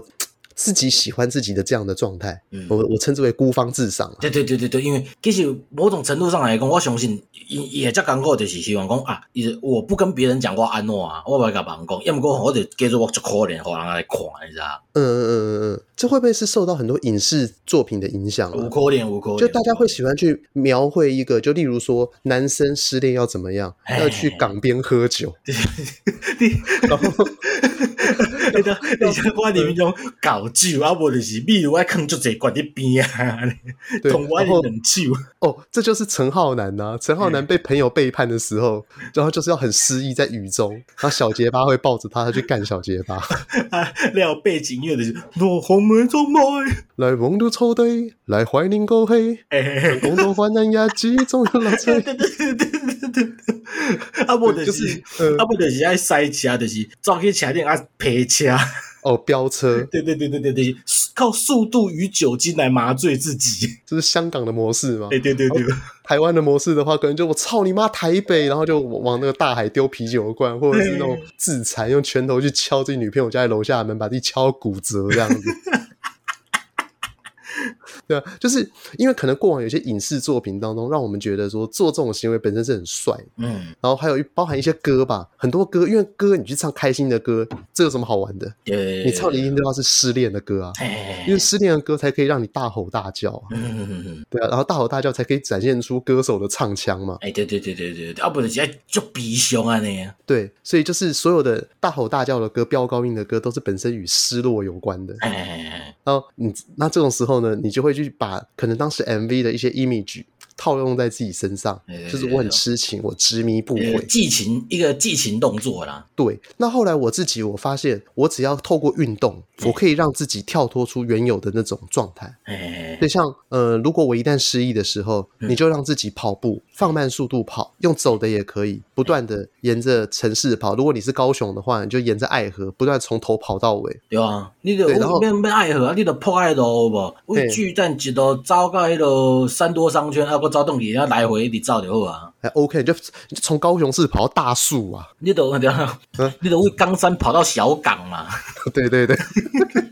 S1: 自己喜欢自己的这样的状态，
S2: 嗯
S1: 我我称之为孤芳自赏啊。
S2: 对对对对对，因为其实某种程度上来讲，我相信伊也遮艰苦，就是希望讲啊，伊就我不跟别人讲我安怎啊，我袂甲别人讲，要么讲我就叫做我足可怜，互人来看，你知道？
S1: 嗯嗯嗯嗯嗯，这会不会是受到很多影视作品的影响、啊？
S2: 有可怜，有可怜，
S1: 就大家会喜欢去描绘一个，就例如说男生失恋要怎么样，
S2: 哎
S1: 要去港边喝酒，
S2: 你
S1: 然后
S2: 你知道你像我啉种搞酒，啊无就是米有爱放足侪罐伫边啊，安尼
S1: 对
S2: 同我
S1: 然后
S2: 啉冷酒，
S1: 哦，这就是陈浩南呐、陈浩
S2: 嗯
S1: 南被朋友背叛的时候，然后就是要很失意在雨中，然后小结巴会抱着他，他去干小结巴。
S2: 啊，了背景乐就是落红门中麦，
S1: 来蒙都抽堆，来怀念过去，
S2: 诶，
S1: 共同患难也集中的老
S2: 对
S1: 崔。
S2: 对对对对对对，啊无就
S1: 就是是。呃
S2: 啊，不就是爱塞车，就是走去车顶啊，陪车，
S1: 哦，飙车
S2: 对对对对对对，靠速度与酒精来麻醉自己，
S1: 就是香港的模式嘛
S2: 对，对对对，
S1: 台湾的模式的话，可能就我操你妈台
S2: 啊
S1: 北，然后就往那个大海丢啤酒罐，或者是那种自残，用拳头去敲自己女朋友家的楼下的门，把自己敲骨折这样 子。对啊，就是因为可能过往有些影视作品当中，让我们觉得说做这种行为本身是很帅的，
S2: 嗯，
S1: 然后还有一包含一些歌吧，很多歌，因为歌你去唱开心的歌，这有什么好玩的？
S2: 对，
S1: 你唱的一定都要是失恋的歌啊，
S2: 呃哎，
S1: 因为失恋的歌才可以让你大吼大叫啊。
S2: 嗯，
S1: 对啊，然后大吼大叫才可以展现出歌手的唱腔嘛。
S2: 哎，对对对对对对，啊，不就是啊爱足悲伤安尼，
S1: 对，所以就是所有的大吼大叫的歌、飙高音的歌，都是本身与失落有关的。
S2: 哎，
S1: 然后你那这种时候呢，你就会去把可能当时 MV 的一些 image 套用在自己身上
S2: 对对，
S1: 就是
S2: 对
S1: 我很
S2: 对
S1: 痴情，我执迷不
S2: 一个
S1: 悔。
S2: 激哎情一个激情动作啦，
S1: 对，那后来我自己我发现，我只要透过运动，我可以让自己跳脱出原有的那种状态。
S2: 哎
S1: 所，以像呃，如果我一旦失忆的时候，
S2: 嗯
S1: 你就让自己跑步，放慢速度跑，用走的也可以，不断的沿着城市跑。如果你是高雄的话，你就沿着爱河不断从头跑到尾。
S2: 对啊，你就免免爱河啊，你就破爱路无，为巨蛋一路走到迄落三多商圈，啊，搁走动去，然后来回一直走就好啊。
S1: 还 OK，你就你就从高雄市跑到大树啊！
S2: 你都对啊
S1: 嗯，
S2: 你都为冈山跑到小港嘛？
S1: 对对对，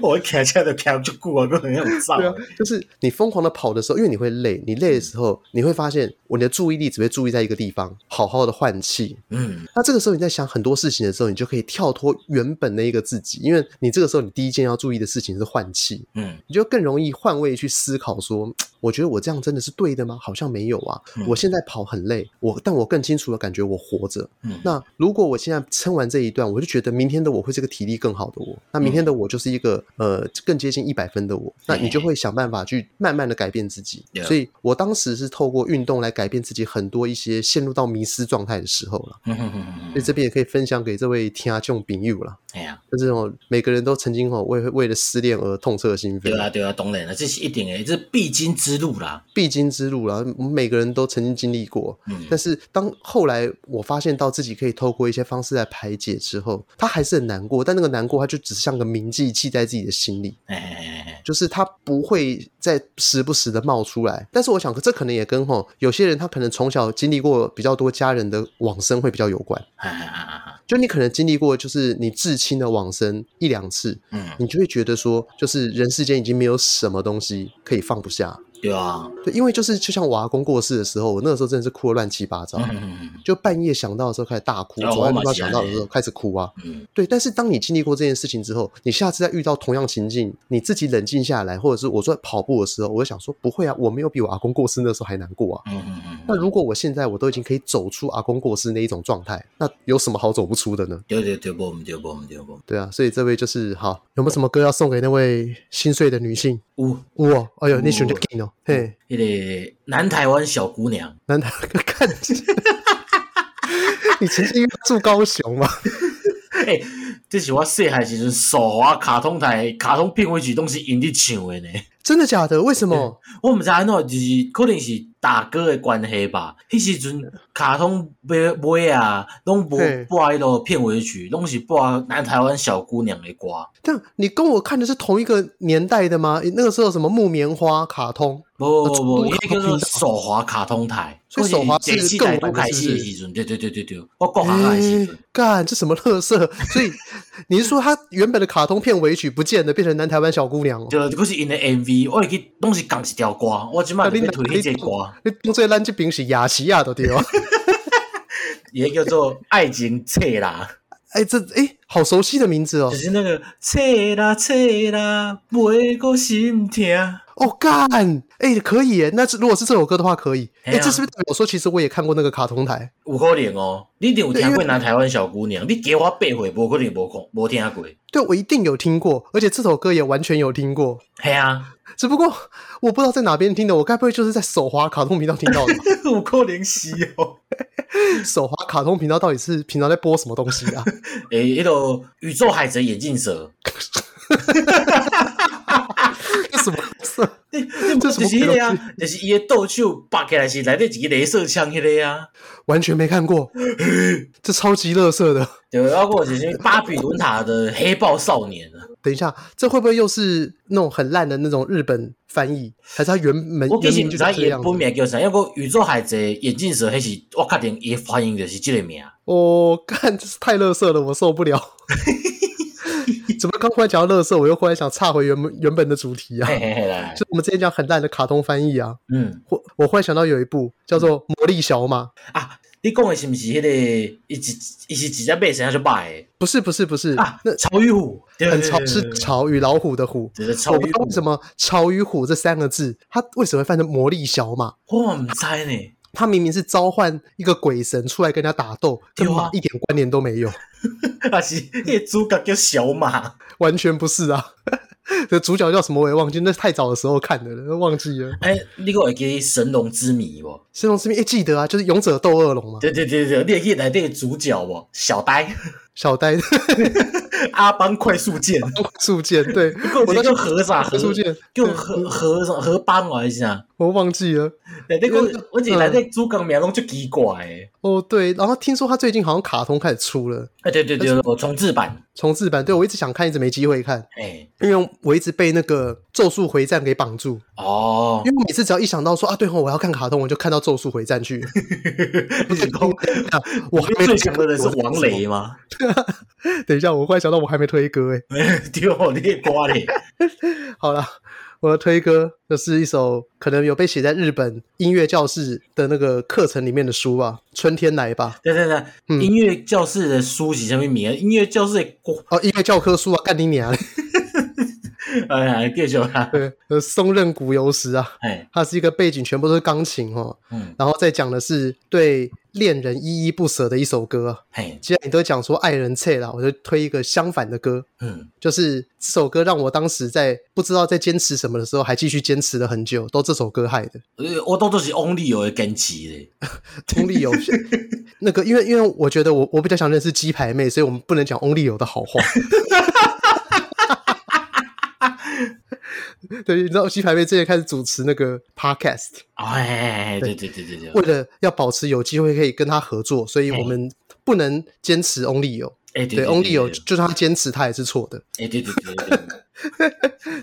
S2: 我骑车都骑足久啊，个很有造
S1: 对啊，就是你疯狂的跑的时候，因为你会累，你累的时候，你会发现我你的注意力只会注意在一个地方，好好的换气。
S2: 嗯，
S1: 那这个时候你在想很多事情的时候，你就可以跳脱原本的一个自己，因为你这个时候你第一件要注意的事情是换气。
S2: 嗯
S1: 你就更容易换位去思考说，嘖我觉得我这样真的是对的吗？好像没有啊。
S2: 嗯
S1: 我现在跑很累，我但我更清楚的感觉我活着。
S2: 嗯，
S1: 那如果我现在撑完这一段，我就觉得明天的我会是个体力更好的我，那明
S2: 嗯
S1: 天的我就是一个呃更接近一百分的我，那你就会想办法去慢慢的改变自己。
S2: Yeah
S1: 所以我当时是透过运动来改变自己很多一些陷入到迷失状态的时候了。
S2: 嗯嗯嗯
S1: 所以
S2: 嗯，
S1: 这边也可以分享给这位听众朋友啦，
S2: 哎呀，
S1: 就是哦，每个人都曾经哦为为了失恋而痛彻心扉。
S2: 对啊对啊，当然了，这是一定的，这是必经之路啦。
S1: 必经之路啦，我们每个人都曾经经历过。
S2: 嗯
S1: 但是当后来我发现到自己可以透过一些方式来排解之后，他还是很难过，但那个难过它就只是像个铭记记在自己的心里，
S2: 哎哎哎哎，
S1: 就是它不会再时不时的冒出来。但是我想，这可能也跟吼有些人他可能从小经历过比较多家人的往生会比较有关。
S2: 哎哎哎哎哎，
S1: 就你可能经历过，就是你至亲的往生一两次，
S2: 嗯，
S1: 你就会觉得说，就是人世间已经没有什么东西可以放不下。
S2: 对啊，
S1: 对，因为就是就像我阿公过世的时候，我那个时候真的是哭得乱七八糟，
S2: 嗯嗯
S1: 就半夜想到的时候开始大哭，
S2: 哦
S1: 走在路
S2: 我嘛
S1: 上
S2: 是
S1: 想到的
S2: 安
S1: 时候开始哭啊。
S2: 嗯
S1: 对，但是当你经历过这件事情之后，你下次再遇到同样情境，你自己冷静下来，或者是我在跑步的时候，我会想说，不会啊，我没有比我阿公过世那时候还难过啊。
S2: 嗯嗯嗯，
S1: 那如果我现在我都已经可以走出阿公过世那一种状态，那有什么好走不出的呢？
S2: 对对对，不唔对不唔对不，
S1: 对啊，所以这位就是好，有没有什么歌要送给那位心碎的女性？
S2: 有
S1: 哇，哎呦，你选就 king 哦，嘿，
S2: 那个南台湾小姑娘，
S1: 难道看你？ 你曾经住高雄吗？
S2: 哎，这是我细汉时阵数啊，卡通台卡通片尾曲拢是因咧唱的呢。
S1: 真的假的？为什么？
S2: 我毋知安怎，就是可能是大哥的关系吧。迄时阵卡通买买啊，拢无
S1: 嘿
S2: 播迄落片尾曲，拢是播南台湾小姑娘的歌。
S1: 这样你跟我看的是同一个年代的吗？那个时候有什么木棉花卡通，
S2: 无无无，
S1: 啊
S2: 伊
S1: 这
S2: 迄叫
S1: 都
S2: 做
S1: 卡通频道
S2: 手滑卡通台，
S1: 所以手滑
S2: 第四
S1: 是
S2: 台
S1: 更
S2: 都
S1: 晚的哦
S2: 开
S1: 是不是
S2: 始的时阵，对对对对对，我国行的时阵
S1: 诶，干这什么乐色？所以你是说他原本的卡通片尾曲不见了，变成南台湾小姑娘哦？
S2: 对，这个是因的 MV，我会去拢是共一条歌，我即摆就
S1: 啊你
S2: 要推迄个歌，
S1: 你当最烂这饼是雅琪亚的对吧？
S2: 伊迄叫做《爱情册》啦。
S1: 哎，这哎，好熟悉的名字哦
S2: 就！是那个切啦切啦，袂个心痛。
S1: 哦干，哎、可以耶！那是如果是这首歌的话，可以。哎、
S2: 哎呀
S1: 这是不是代表说，其实我也看过那个卡通台？
S2: 有可能哦，你一定有听过那台湾小姑娘，你给我八岁，无可能无看无听过。
S1: 对，我一定有听过，而且这首歌也完全有听过，
S2: 系 啊，
S1: 只不过我不知道在哪边听的。我该不会就是在手滑卡通频道听到 的吧？
S2: 有可能是哦。
S1: 手滑卡通频道到底是平常在播什么东西啊？
S2: 诶，迄个宇宙海贼眼镜蛇，
S1: 这什么色？
S2: 你你
S1: 这
S2: 就是
S1: 什么
S2: 是迄个啊，就是伊的倒手拔起来是内底一个镭射枪迄个啊。
S1: 完全没看 过，这超级乐色的。
S2: 对，包括就是巴比伦塔的黑豹少年 啊。
S1: 等一下，这会不会又是那种很烂的那种日本翻译？还是它原本
S2: 我其
S1: 原
S2: 实
S1: 名
S2: 毋
S1: 就
S2: 知
S1: 叫这
S2: 伊
S1: 样子
S2: 本？名叫啥，因为宇宙海贼眼镜蛇，迄是我确定伊发音就是即个名。啊
S1: 我看哦这是太乐色了，我受 不了。怎么刚忽然讲到乐色，我又忽然想岔回原本原本的主题啊？
S2: 嘿嘿嘿来，
S1: 就我们之前讲很烂的卡通翻译啊，
S2: 嗯
S1: 我我忽然想到有一部叫做《魔力小马》，
S2: 啊，你讲的是毋是迄、个伊一伊是一只马，啥就歹
S1: 不是不是不是，
S2: 的啊？
S1: 那
S2: 潮与虎，对
S1: 很潮是，潮与老虎的虎。
S2: 对对对对对潮
S1: 我不知
S2: 与
S1: 道
S2: 虎
S1: 为什，么“潮与虎”这三个字，它为什么会翻成“魔力小马”？
S2: 我毋知呢。
S1: 他明明是召唤一个鬼神出来跟人家打斗，跟
S2: 对啊
S1: 马一点关联都没有，
S2: 啊是，迄个主角叫小马
S1: 完全不是啊。 这主角叫什么我也忘记，那太早的时候看的了，都忘记了。
S2: 哎、你个会记神龙之谜无？
S1: 神龙之命，哎、记得啊，就是勇者斗恶龙嘛，
S2: 对对对对，你会记内底的主角无？小呆
S1: 小 呆
S2: 阿邦快速剑，
S1: 速剑，对我
S2: 我
S1: 那个
S2: 那叫和
S1: 快
S2: 尚和
S1: 速剑，
S2: 叫
S1: 对
S2: 和和尚和邦我是啥？
S1: 我忘记了。
S2: 内底
S1: 因为
S2: 个，嗯而且内底主角名拢足奇怪诶。
S1: 哦，对，然后听说他最近好像卡通开始出了
S2: 哎，对对对，我重置版，
S1: 重制版，对我一直想看，一直没机会看，
S2: 哎，
S1: 因为我一直被那个《咒术回战》给绑住。
S2: 哦
S1: 因，为我每次只要一想到说啊，对吼，我要看卡通，我就看到《咒术回战》 去了。
S2: 不是讲
S1: 啊我还没
S2: 最强的人是王雷吗？
S1: 等一下，我忽然想到我还没推歌哎。
S2: 对哦，你也瓜嘞，
S1: 好了，我的推歌就是一首可能有被写在日本音乐教室的那个课程里面的书吧，《春天来吧
S2: 对对对，
S1: 嗯
S2: 音乐教室的书是啥物名？音乐教室的歌，》
S1: 哦，音乐教科书啊，干你娘！
S2: 哎呀，继续啦，
S1: 对，呃，松任谷由实啊，
S2: 哎，
S1: 它是一个背景全部都是钢琴哦，
S2: 嗯，
S1: 然后再讲的是对恋人依依不舍的一首歌啊。
S2: 嘿，
S1: 既然你都讲说爱人脆啦，我就推一个相反的歌，
S2: 嗯，
S1: 就是这首歌让我当时在不知道在坚持什么的时候，还继续坚持了很久，都这首歌害的。
S2: 呃我当作是 Only 有的坚持嘞，
S1: only 有那个，因为因为我觉得我我比较想认识鸡排妹，所以我们不能讲 only 有的好话。对，你知道鸡排妹之前开始主持那个 podcast，
S2: 哎，对对对对对
S1: 为
S2: 对，
S1: 了要保持有机会可以跟她合作，所以我们不能坚持 only 有。
S2: 哎，
S1: 对
S2: 嗯对
S1: only 有，
S2: 对
S1: 就算她坚持，她也是错的。
S2: 哎，对对对对，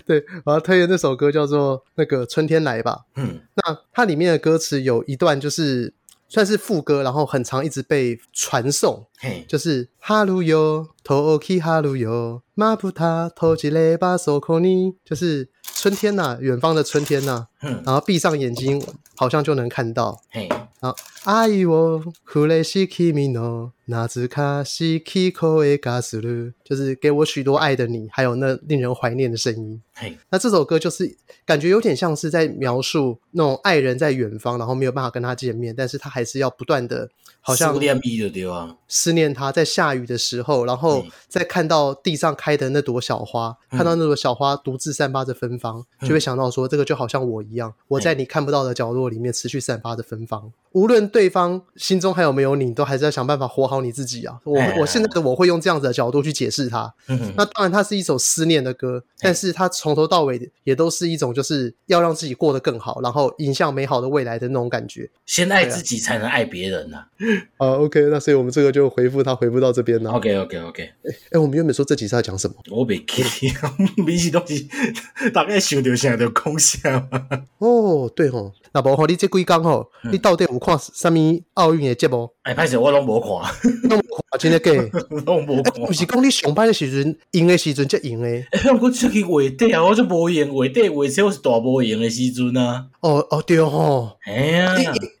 S2: 对
S1: 对，我要推荐那首歌叫做那个春天来吧。
S2: 嗯，
S1: 那它里面的歌词有一段就是算是副歌，然后很长，一直被传颂，
S2: 嘿，
S1: 就是哈鲁哟，头起哈鲁哟，马布塔头吉雷巴手口尼，就是春天呐、远方的春天呐、
S2: 嗯，
S1: 然后闭上眼睛，好像就能看到。
S2: 嘿，
S1: 然后阿姨我苦雷西基米诺，那兹卡西基口诶嘎斯鲁，就是给我许多爱的你，还有那令人怀念的声音。
S2: 嘿，
S1: 那这首歌就是感觉有点像是在描述那种爱人在远方，然后没有办法跟他见面，但是他还是要不断的，好像
S2: 苏联米就对啊，
S1: 思念他，在下雨的时候，然后
S2: 嗯
S1: 再看到地上开的那朵小花，
S2: 嗯
S1: 看到那朵小花独自散发着芬芳，
S2: 嗯
S1: 就会想到说，这个就好像我一样，我在你看不到的角落里面持续散发着芬芳。无论对方心中还有没有你，你都还是要想办法活好你自己啊！我
S2: 哎
S1: 我现在的我会用这样子的角度去解释它。
S2: 嗯
S1: 那当然，它是一首思念的歌，但是它从头到尾也都是一种就是要让自己过得更好，然后迎向美好的未来的那种感觉。
S2: 先爱自己才能爱别人呐。
S1: 啊，OK，那所以我们这个就回复他，回复到这边了。
S2: OK OK OK，
S1: 哎、我们原本说这集是要讲什么？
S2: 我袂记得，每次都是 大概想到啥就讲啥嘛。
S1: 哦，对吼，那无吼，你这几工吼，
S2: 嗯
S1: 你到底有看啥物奥运的节目？
S2: 哎，歹势我拢无看，
S1: 那么啊，真诶假的？
S2: 拢无
S1: 哎
S2: 看。
S1: 毋是讲你上班的时阵，赢的时阵才赢的。
S2: 哎，我出去画底啊，我就无闲画底画册，我是大无闲的时阵啊。
S1: 哦哦对吼，
S2: 哎呀，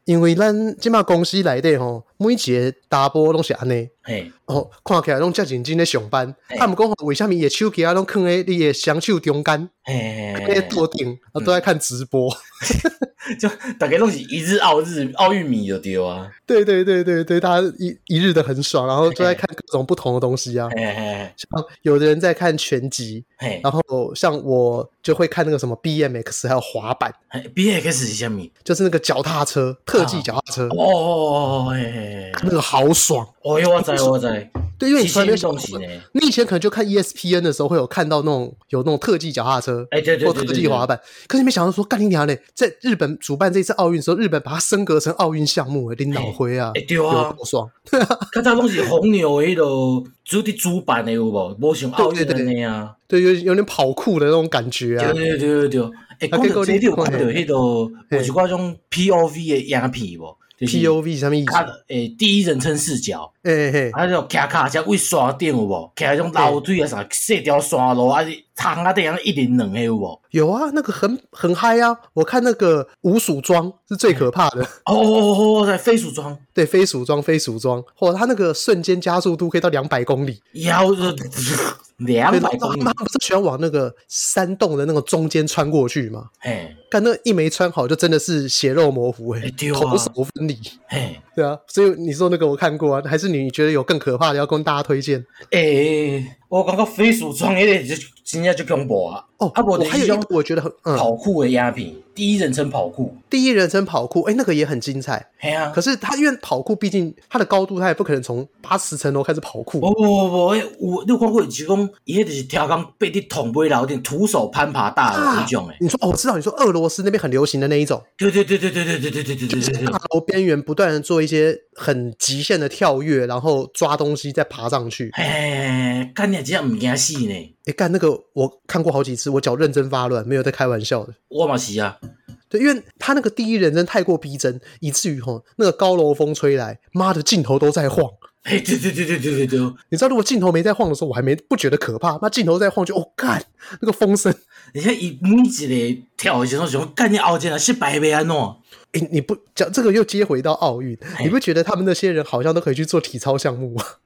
S1: 因为咱即马公司内底吼，每一个查甫拢是安尼。
S2: 嘿，
S1: 哦，看起来拢遮认真咧上班，
S2: 嘿
S1: 啊，毋讲吼为虾米伊诶手机啊拢囥咧你诶双手中间，
S2: 嘿，嗯嘿
S1: 咧桌顶啊都在看直播。
S2: 就大概拢是一日奥日奥玉米就对啊。
S1: 对对对对对，大家一一日的很爽，然后就在看各种不同的东西啊。
S2: 嘿嘿
S1: 像有的人在看拳击，
S2: 嘿
S1: 然后像我就会看那个什么 BMX，还有滑板，
S2: 嘿，B X 是啥物？
S1: 就是那个脚踏车，特技脚踏车，
S2: 哦哦哦，嘿嘿，嘿
S1: 那个好爽。
S2: 哦哟，我知我知，
S1: 对，因为你
S2: 极
S1: 从来没
S2: 限运
S1: 有想
S2: 动
S1: 过
S2: 型诶。
S1: 你以前可能就看 E ESPN 的时候会有看到那种有那种特技脚踏车，
S2: 哎对对
S1: 或
S2: 对
S1: 特
S2: 对
S1: 技
S2: 对
S1: 滑板，可是没想到说干你娘嘞，在日本主办这次奥运的时候，日本把它升格成奥运项目，哎，领导灰啊，
S2: 哎对啊
S1: 有，多爽！
S2: 较早拢是红牛诶，迄落主伫主办诶有无？无像奥运安尼啊。
S1: 对，有有点跑酷的那种感觉啊
S2: 对，对对对对，哎，
S1: 啊
S2: 讲
S1: 结
S2: 到
S1: 果
S2: 这
S1: 你
S2: 你有看到
S1: 看
S2: 迄落有一寡种 P O V 诶影片无？P
S1: POV 上面意思，
S2: 他诶第一人称视角，
S1: 哎嘿，
S2: 啊，种骑卡车为山顶有无？骑迄种楼梯啊啥，细条山路啊，窗啊底样一零两诶有无？哦
S1: 有啊，那个很很嗨啊！我看那个无鼠装是最可怕的，
S2: 哦哦哦哦，在飞鼠庄，
S1: 对，非鼠装，非鼠装，嚯，他那个瞬间加速度可以到两百公里，
S2: 然 后就两
S1: 对，
S2: 百
S1: 然后
S2: 公
S1: 他
S2: 里
S1: 们，不是喜欢往那个山洞的那个中间穿过去吗？
S2: 嘿
S1: 但那一没穿好，就真的是血肉模糊哎、
S2: 哎对啊
S1: 头手分离。
S2: 嘿，
S1: 对啊，所以你说那个我看过啊，还是你觉得有更可怕的要跟大家推荐？
S2: 诶，我感觉飞鼠庄迄个就真正就恐怖啊！
S1: 哦，
S2: 啊，无
S1: 我
S2: 就
S1: 还有
S2: 迄
S1: 一
S2: 种
S1: 个我觉得很嗯，
S2: 跑酷的影片，第一人称跑酷，
S1: 第一人称跑酷，哎、那个也很精彩。
S2: 嘿啊
S1: 可。是他因为跑酷，毕竟它的高度，它也不可能从八十层楼开始跑酷
S2: 不。不不不，迄有你有看过就是讲，伊迄就是跳工爬伫桶杯楼顶，徒手攀爬大楼
S1: 啊
S2: 迄种欸诶。
S1: 你说哦，我知道，你说俄罗斯那边很流行的那一种，
S2: 对对对对对对对对对对对
S1: 就是
S2: 对
S1: 大楼边缘不断的做一些很极限的跳跃，然后抓东西再爬上去。
S2: 嘿，干你这毋惊死呢？
S1: 哎、干那个我看过好几次，我脚认真发软，没有在开玩笑的。
S2: 我嘛是啊，
S1: 对，因为他那个第一人称太过逼真，以至于吼那个高楼风吹来，妈的镜头都在晃。
S2: 嘿，对对对对对对对，
S1: 你知道，如果镜头没在晃的时候，我还没不觉得可怕。那镜头在晃就，哦干，那个风声，
S2: 而且伊每一个跳的时候想干你后天啊失败要安怎？
S1: 哎，你不讲这个又接回到奥运，
S2: 哎
S1: 你不觉得他们那些人好像都可以去做体操项目吗？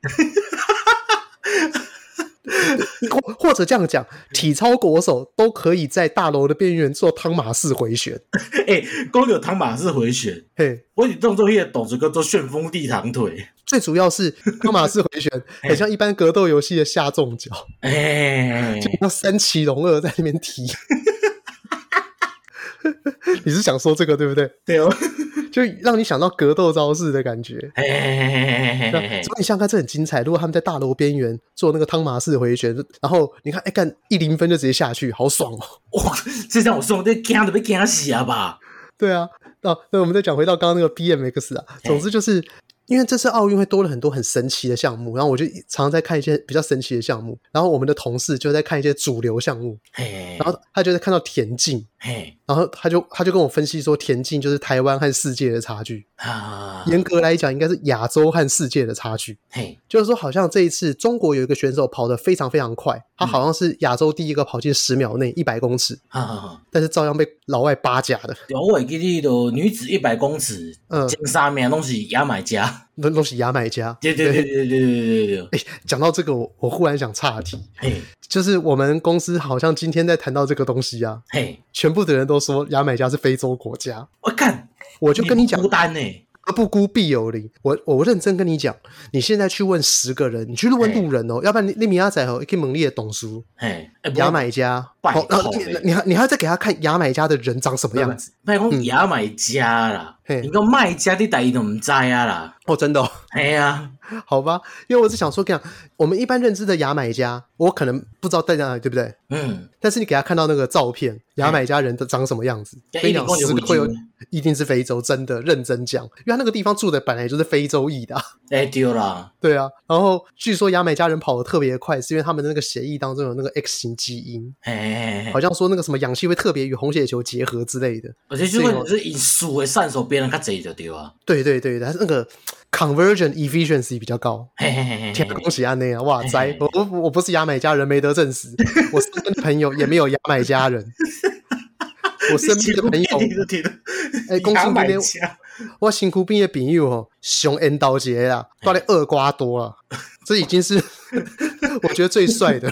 S1: 或或者这样讲，体操国手都可以在大楼的边缘做汤马式回旋。
S2: 诶，讲到汤马士回旋，
S1: 嘿，
S2: 我是当做迄个动作叫做旋风地堂腿。
S1: 最主要是汤马式回旋，很像一般格斗游戏的下重脚。
S2: 诶，
S1: 那三七龙二在那边踢。 你是想说这个对不对？
S2: 对哦，
S1: 就让你想到格斗招式的感觉。那
S2: 诶
S1: 所，以你想想看，这很精彩。如果他们在大楼边缘做那个汤马式回旋，然后你看，哎、干一零分就直接下去，好爽哦！
S2: 哇，这让我说，这惊都要惊死啊吧？
S1: 对啊，那那我们再讲回到刚刚那个 BMX 啊，总之就是因为这次奥运会多了很多很神奇的项目，然后我就常常在看一些比较神奇的项目，然后我们的同事就在看一些主流项目，
S2: 嘿
S1: 然后他就在看到田径，
S2: 嘿
S1: 然后他就他就跟我分析说，田径就是台湾和世界的差距，
S2: 啊，
S1: 严格来讲应该是亚洲和世界的差距。
S2: 嘿
S1: 就是说，好像这一次中国有一个选手跑得非常非常快，他好像是亚洲第一个跑进十秒内一百公尺，
S2: 啊。
S1: 但是照样被老外巴甲的，
S2: 对，我会记得就女子一百公尺
S1: 嗯
S2: 前三名拢是牙买加。
S1: 那都是牙买加。
S2: 对对对对对对对对对，
S1: 哎，讲到这个，我我忽然想岔题，
S2: 嘿
S1: 就是我们公司好像今天在谈到这个东西啊，
S2: 嘿，
S1: 全部的人都说牙买加是非洲国家，
S2: 我看
S1: 我就跟你讲
S2: 孤，单呢。
S1: 何不孤必有邻。我我认真跟你讲，你现在去问十个人，你去问路人哦，要不然你你明仔载哦，去猛烈董叔
S2: 嘿，哎
S1: 牙，买加，
S2: 拜
S1: 好，然后
S2: 托
S1: 你
S2: 嘞
S1: 你还你还要再给他看牙买加的人长什么样子嗯
S2: 卖讲牙买加啦，
S1: 嘿
S2: 你讲卖家你大伊都唔知啊啦。
S1: 哦，真的、哦，
S2: 嘿啊，
S1: 好吧，因为我是想说，跟你讲，我们一般认知的牙买加，我可能不知道在哪里，对不对？
S2: 嗯，
S1: 但是你给他看到那个照片，牙买加人的长什么样子，
S2: 嗯
S1: 跟你讲，
S2: 一定
S1: 十
S2: 跟
S1: 个
S2: 我有
S1: 会有
S2: 回忆，
S1: 一定是非洲，真的认真讲，因为他那个地方住的本来就是非洲裔的啊、
S2: 哎对啦，
S1: 对啊，然后据说牙买加人跑得特别快，是因为他们的那个血液当中有那个 X 型基因，
S2: 嘿嘿嘿
S1: 好
S2: 嘿，
S1: 像说那个什么氧气会特别与红血球结合之类的。
S2: 而且就是因为因素的善手别人较济就对啊。
S1: 对对对，但是那个 conversion efficiency 比较高。
S2: 嘿嘿嘿嘿
S1: 天啊，
S2: 嘿，
S1: 恭喜安内啊！
S2: 哎
S1: 哇塞，我我我不是牙买加人，没得证实。我身边的朋友也没有牙买加人。我身边的朋
S2: 你
S1: 友，
S2: 都听到，
S1: 哎，恭喜
S2: 牙
S1: 今
S2: 买
S1: 天
S2: 加，
S1: 我辛苦毕业朋友哦，熊 N 刀杰啊，到底厄瓜多啊，这已经是 我觉得最帅的。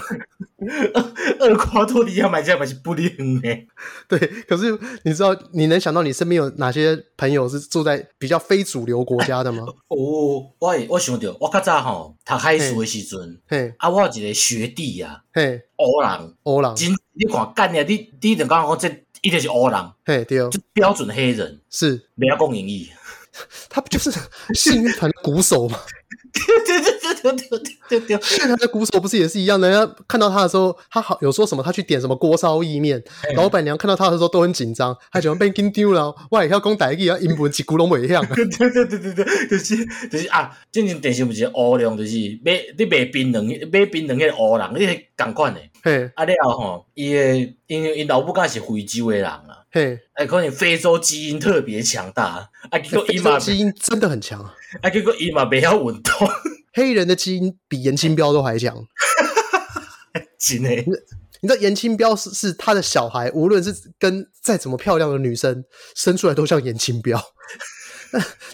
S2: 厄瓜多的牙买加嘛是不灵的，
S1: 对，可是你知道，你能想到你身边有哪些朋友是住在比较非主流国家的吗？
S2: 哦，我我想着我较早吼读海事的时阵，
S1: 嘿，
S2: 啊，我有一个学弟啊，
S1: 嘿，
S2: 黑人，
S1: 欧朗，
S2: 真你看干呀，你你怎讲讲这一定是黑人，
S1: 嘿，对哦，
S2: 就标准黑人，
S1: 是
S2: 不要讲英语。
S1: 他不就是 信誉团的鼓手嘛？
S2: 对对对对对对对对，
S1: 信誉团的鼓手不是也是一样的？人家看到他的时候，他好有说什么？他去点什么锅烧意面，老板娘看到他的时候都很紧张，他喜欢被惊丢了。我也要讲台语啊，英文是古龙一样。
S2: 对对对对对，就是就是啊，最近电视有一个黑人，就是买你卖槟榔，买槟榔迄个黑人，你是共款的。
S1: 嘿，
S2: 啊了吼，伊诶，因为因老母敢是非洲诶人啊，
S1: 嘿，
S2: 啊可能非洲基因特别强大，啊结果
S1: 非
S2: 伊嘛
S1: 洲，基因真的很强啊，
S2: 啊结果伊嘛袂晓运动，
S1: 黑人的基因比严清标都还强。
S2: 真诶，
S1: 你知道严清标是是他的小孩，无论是跟再怎么漂亮的女生生出来都像严清标。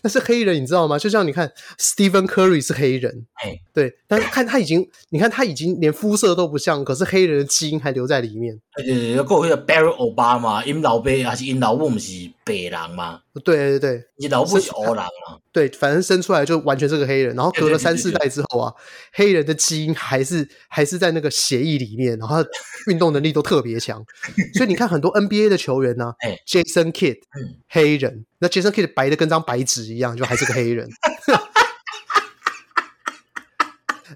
S1: 但是黑人你知道吗？就像你看，Stephen Curry 是黑人
S2: 嘿，
S1: 对，但是看他已经，你看他已经连肤色都不像，可是黑人的基因还留在里面。
S2: 啊就是还有迄个 Barack Obama，因老爸还是因老母毋是白人嘛，
S1: 对对对
S2: 因老母是黑人啊嘛，
S1: 对，反正生出来就完全是个黑人，然后隔
S2: 对
S1: 了
S2: 对
S1: 三
S2: 对
S1: 四
S2: 对
S1: 代之后啊，黑人的基因还是还是在那个血液里面，然后他的运动能力都特别强，所以你看很多 NBA 的球员呢、
S2: 哎
S1: j a s o n Kidd
S2: 嗯
S1: 黑人，那 Jason Kidd 白的跟张白纸一样，就还是个黑人。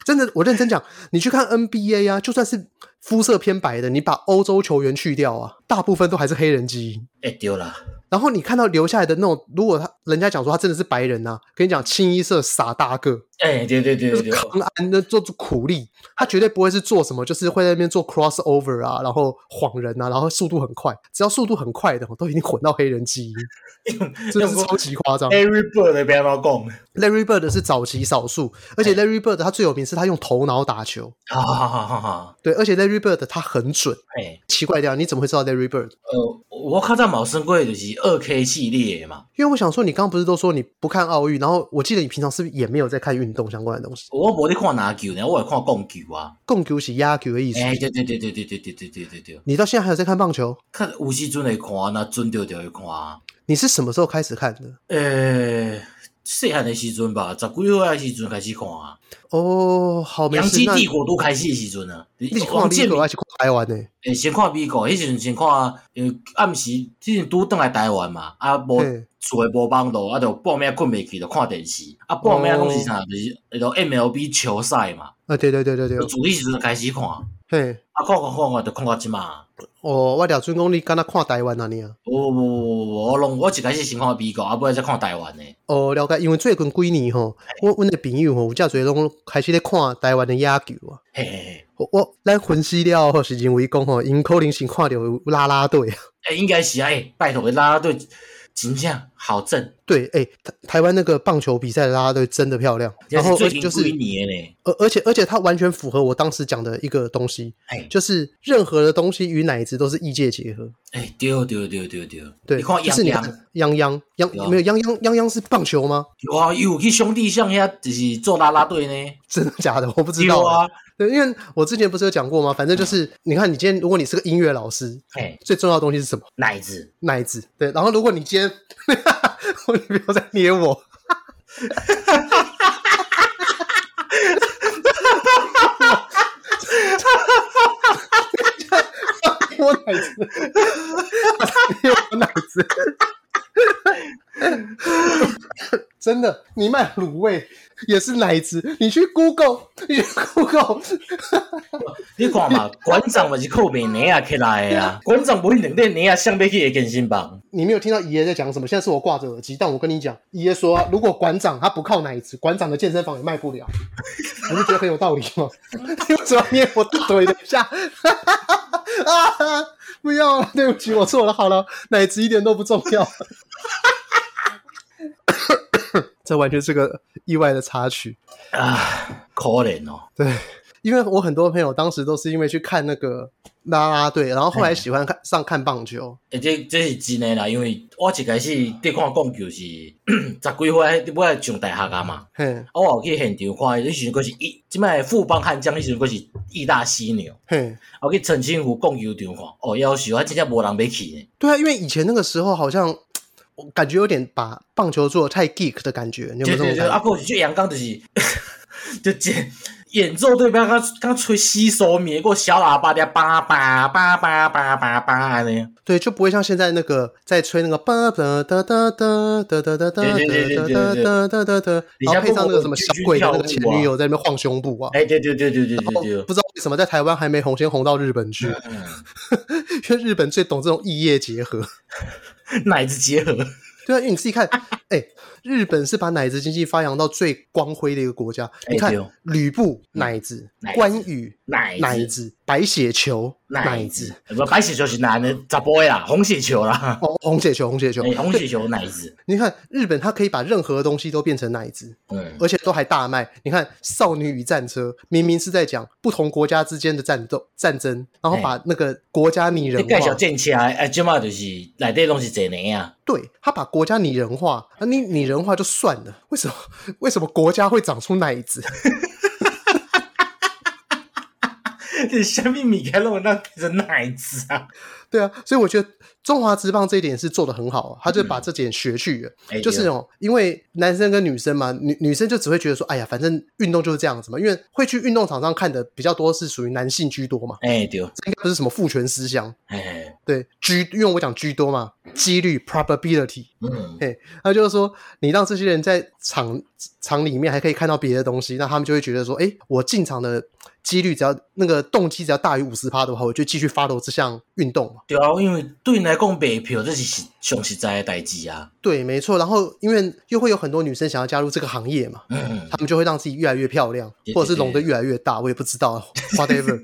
S1: 真的，我认真讲，你去看 NBA 啊，就算是肤色偏白的，你把欧洲球员去掉啊，大部分都还是黑人基因。
S2: 会哎对啦，
S1: 然后你看到留下来的那种，如果他人家讲说他真的是白人呐、啊跟你讲清一色傻大个，
S2: 诶，哎对对对
S1: 就
S2: 对
S1: 是
S2: 对，
S1: 康安那做做苦力，他绝对不会是做什么，就是会在那边做 crossover 啊，然后晃人啊，然后速度很快，只要速度很快的，都已经混到黑人基因，真的是超级夸张。
S2: Every bird 不要乱讲，
S1: Larry Bird 是早期少数，而且 Larry Bird 他最有名是他用头脑打球，
S2: 好好好好好，
S1: 对，而且 Larry Bird 他很准。
S2: 诶。
S1: 奇怪掉，你怎么会知道 Larry Bird？
S2: 哎呃，我较早冇算过就是二 K 系列的嘛，
S1: 因为我想说，你刚刚不是都说你不看奥运，然后我记得你平常是不是也没有在看运动相关的东西？
S2: 我无咧看篮球呢，我会看棒球啊。
S1: 供球是压球的意思。
S2: 哎、对对对对对对对对对对对，
S1: 你到现在还有在看棒球？
S2: 看有时阵会看，那准着就会看。啊
S1: 你是什么时候开始看的？
S2: 呃、细汉的时阵吧，十几岁的时阵开始看啊，
S1: 哦，好，
S2: 《
S1: 没
S2: 洋
S1: 事
S2: 基。
S1: 那
S2: 帝国》都开始的时阵啊，
S1: 你是
S2: 王
S1: 看
S2: 建
S1: 美
S2: 民
S1: 国还是看台湾呢？
S2: 诶，先看美国，迄时阵先看，因为暗时即阵拄倒来台湾嘛，啊无
S1: 嘿
S2: 厝诶无网络，啊就半暝困袂去，就看电视，啊半暝拢是啥，就是迄种 MLB 球赛嘛，
S1: 啊，对对对哦对对
S2: 就，自迄时阵开始看，啊
S1: 嘿，
S2: 看看看看就看到即嘛，
S1: 哦，我了尊讲你敢若看台湾啊你啊？
S2: 无无无无，我拢我一开始先看美国，啊尾仔再看台湾诶，
S1: 哦，了解，因为最近几年吼，
S2: 哎
S1: 我阮的朋友吼，有遮侪拢开始咧看台湾的野球啊。
S2: 嘿嘿嘿，
S1: 我我咱分析了后是认为讲吼，因可能先看到有啦啦队啊。
S2: 诶、应该是啊，诶、拜托，啦啦队真正好正，
S1: 对，哎、台台湾那个棒球比赛的啦啦队真的漂亮，
S2: 这
S1: 然
S2: 是
S1: 后
S2: 最
S1: 而且
S2: 近
S1: 就
S2: 几
S1: 是，
S2: 年呢，
S1: 而而且而且它完全符合我当时讲的一个东西，
S2: 嘿，
S1: 就是任何的东西与奶子都是异界结合。
S2: 诶、欸对对对对对，
S1: 对，
S2: 你看
S1: 就
S2: 杨
S1: 是你
S2: 洋。
S1: 看泱泱
S2: 对
S1: 泱
S2: 啊
S1: 没有泱泱泱泱是棒球吗？
S2: 有啊，有去兄弟巷遐，就是做啦啦队呢。
S1: 真的假的？我不知
S2: 有
S1: 道。
S2: 啊，嗯
S1: 对，因为我之前不是有讲过吗？反正就是，你看你今天如果你是个音乐老师，
S2: 嘿，
S1: 最重要的东西是什么？
S2: 奶子，
S1: 奶子。对，然后如果你今天， 你不要再捏我。 我奶子，我奶子， 真的，你卖卤味也是奶子，你去 Google，你去 Google，
S2: 你看 嘛，馆长嘛是靠卖奶啊起来的啊，馆长不会能练奶啊，想要去的健身房。
S1: 你没有听到爷爷在讲什么？现在是我挂着耳机，但我跟你讲，爷爷说啊、如果馆长他不靠奶子，馆长的健身房也卖不了。 你不觉得很有道理吗？ 你为什么要捏我的腿？等一下， 啊，不要了，对不起，我错了。好了，奶子一点都不重要。 这完全是个意外的插曲。
S2: 啊，可怜哦，
S1: 对，因为我很多朋友当时都是因为去看那个啦啦队，然后后来喜欢看上看棒球。
S2: 诶，这这是真诶啦，因为我一开始伫看讲球是 十几岁，我还上大学啊嘛，
S1: 嘿，
S2: 啊，我有去现场看，迄时阵佫是意，即摆富邦悍将，迄时阵佫是意大犀牛，
S1: 嘿，
S2: 啊我去澄清湖讲球场看，哦，夭寿，还真正无人要去呢。
S1: 对啊，因为以前那个时候好像我感觉有点把棒球做的太 geek 的感觉，你有没有
S2: 对
S1: 这
S2: 对
S1: 种
S2: 对，
S1: 感
S2: 啊，
S1: 觉？
S2: 过去阳刚就是 就演演奏对面刚刚吹吸收灭过小喇叭的叭叭叭叭叭叭叭呢，
S1: 对，就不会像现在那个在吹那个哒哒哒哒哒哒哒哒哒哒哒哒哒，然后配上那个什么小鬼的那个前女友在那边晃胸部啊。
S2: 哎，对对对对对对对
S1: 哦，，不知道为什么在台湾还没红，先红到日本去，因为日本最懂这种异业结合。
S2: 嗯奶子结合，
S1: 对啊，因为你自己看，哎、日本是把奶子经济发扬到最光辉的一个国家。
S2: 哎
S1: 你看
S2: 对哦，
S1: 吕布奶子
S2: 奶，子
S1: 关羽
S2: 奶
S1: 奶
S2: 子
S1: 子，白血球奶
S2: 奶
S1: 子
S2: 子，，不白血球是男的，咋不会啦？红血球啦，
S1: 哦，红血球，红血球
S2: 哎，。红血
S1: 对，
S2: 球奶 子，
S1: 你看日本，它可以把任何东西都变成奶子，
S2: 嗯，
S1: 而且都还大卖。你看《少女与战车》，明明是在讲不同国家之间的战斗战争，然后把那个国家拟人
S2: 你介绍
S1: 化，
S2: 剑车，哎，即嘛就是内底拢是坐男 啊，
S1: 对他把国家拟人化，啊，你拟人化就算了，为什么为什么国家会长出奶子？
S2: 这虾米物件拢让变成奶子啊？
S1: 对啊，所以我觉得中华职棒这一点是做的很好啊，他就把这点学去了，
S2: 哎
S1: 就是
S2: 对
S1: 哦，因为男生跟女生嘛，女女生就只会觉得说，哎呀，反正运动就是这样子嘛，因为会去运动场上看的比较多是属于男性居多嘛，
S2: 哎对，
S1: 这应该不是什么父权思想，
S2: 哎，
S1: 对居，因为我讲居多嘛，几率 probability，
S2: 嗯。
S1: 那就是说你让这些人在场场里面还可以看到别的东西，那他们就会觉得说，哎，我进场的几率只要那个动机只要大于五十趴的话，我就继续 follow 这项运动嘛。
S2: 对啊，因为对因来讲，卖票这是实上实在的代志啊。
S1: 对，没错。然后因为又会有很多女生想要加入这个行业嘛，
S2: 嗯，
S1: 她们就会让自己越来越漂亮，
S2: 对
S1: 或者是
S2: 对对
S1: 隆得越来越大，我也不知 道，whatever。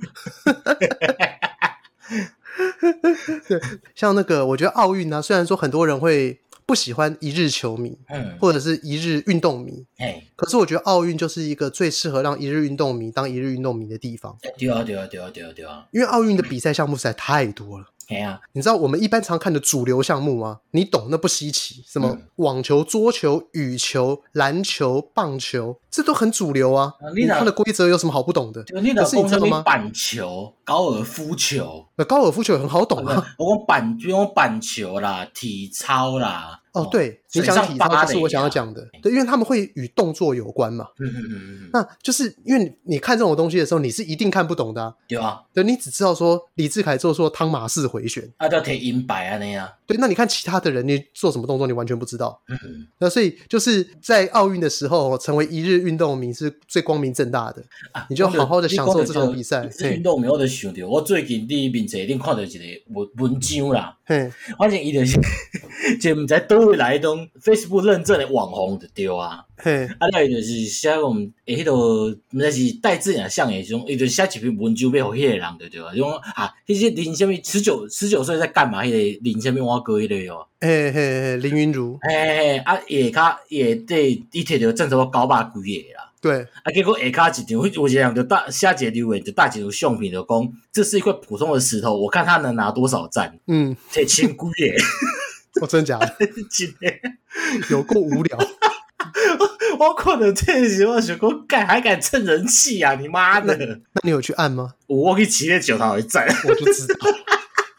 S1: 对，像那个我觉得奥运啊，虽然说很多人会不喜欢一日球迷
S2: 嗯，
S1: 或者是一日运动迷，
S2: 嘿，
S1: 可是我觉得奥运就是一个最适合让一日运动迷当一日运动迷的地方，
S2: 对啊，对啊，对啊，对啊，对啊，
S1: 因为奥运的比赛项目实在太多了。
S2: 嘿啊，
S1: 你知道我们一般常看的主流项目吗？你懂那不稀奇，什么
S2: 嗯
S1: 网球、桌球、羽球、篮球、棒球，这都很主流啊
S2: 啊。你
S1: 你
S2: 哪
S1: 看的规则有什么好不懂的？
S2: 就你
S1: 可
S2: 若
S1: 是你
S2: 讲
S1: 知
S2: 什
S1: 道
S2: 么
S1: 吗？
S2: 板球、高尔夫球，
S1: 那高尔夫球也很好
S2: 哦
S1: 懂啊。
S2: 我讲板，比如讲板球啦、体操啦。
S1: 哦，，对，你讲体
S2: 水上芭
S1: 操
S2: 蕾啊
S1: 就是我想要讲的，对，因为他们会与动作有关嘛。
S2: 嗯嗯嗯嗯嗯，
S1: 那就是因为你你看这种东西的时候，你是一定看不懂的、啊，
S2: 对啊，
S1: 对，你只知道说李志凯做错汤马式回旋，
S2: 啊，就摕银牌安尼啊。
S1: 对，那你看其他的人你做什么动作，你完全不知道。
S2: 嗯，
S1: 那所以就是在奥运的时候，成为一日运动迷是最光明正大的。
S2: 啊
S1: 你就好好地享受这场比赛
S2: 你讲到这运动迷我就想到，我最近伫面册顶看到一个文文章啦，
S1: 嘿，
S2: 反正伊就是 一个毋知倒位来的种 Facebook 认证的网红就对啊。
S1: 嘿，
S2: 啊，了伊就是写讲，诶，迄个毋知是戴志颖像诶，种伊就写一篇文章要互迄个人对对啊，种啊，迄些林什么十九十九岁在干嘛？迄、个林什么我哥迄个哟，
S1: 嘿嘿嘿，林云如，
S2: 哦嘿嘿嘿，啊，伊下骹伊会对伊摕着正差不多九百几个啦。
S1: 对，
S2: 啊，结果下骹一张，迄有一个人就搭写一个留言，就搭一张相片，就讲这是一块普通的石头，我看他能拿多少赞，
S1: 嗯，
S2: 摕千几个，
S1: 我真假的，
S2: 真诶。
S1: 有够无聊。
S2: 我看到这时候，我想讲，敢还敢蹭人气啊！你妈的，
S1: 那你有去按吗？
S2: 有 我去骑咧石头会赞。
S1: 我就知道，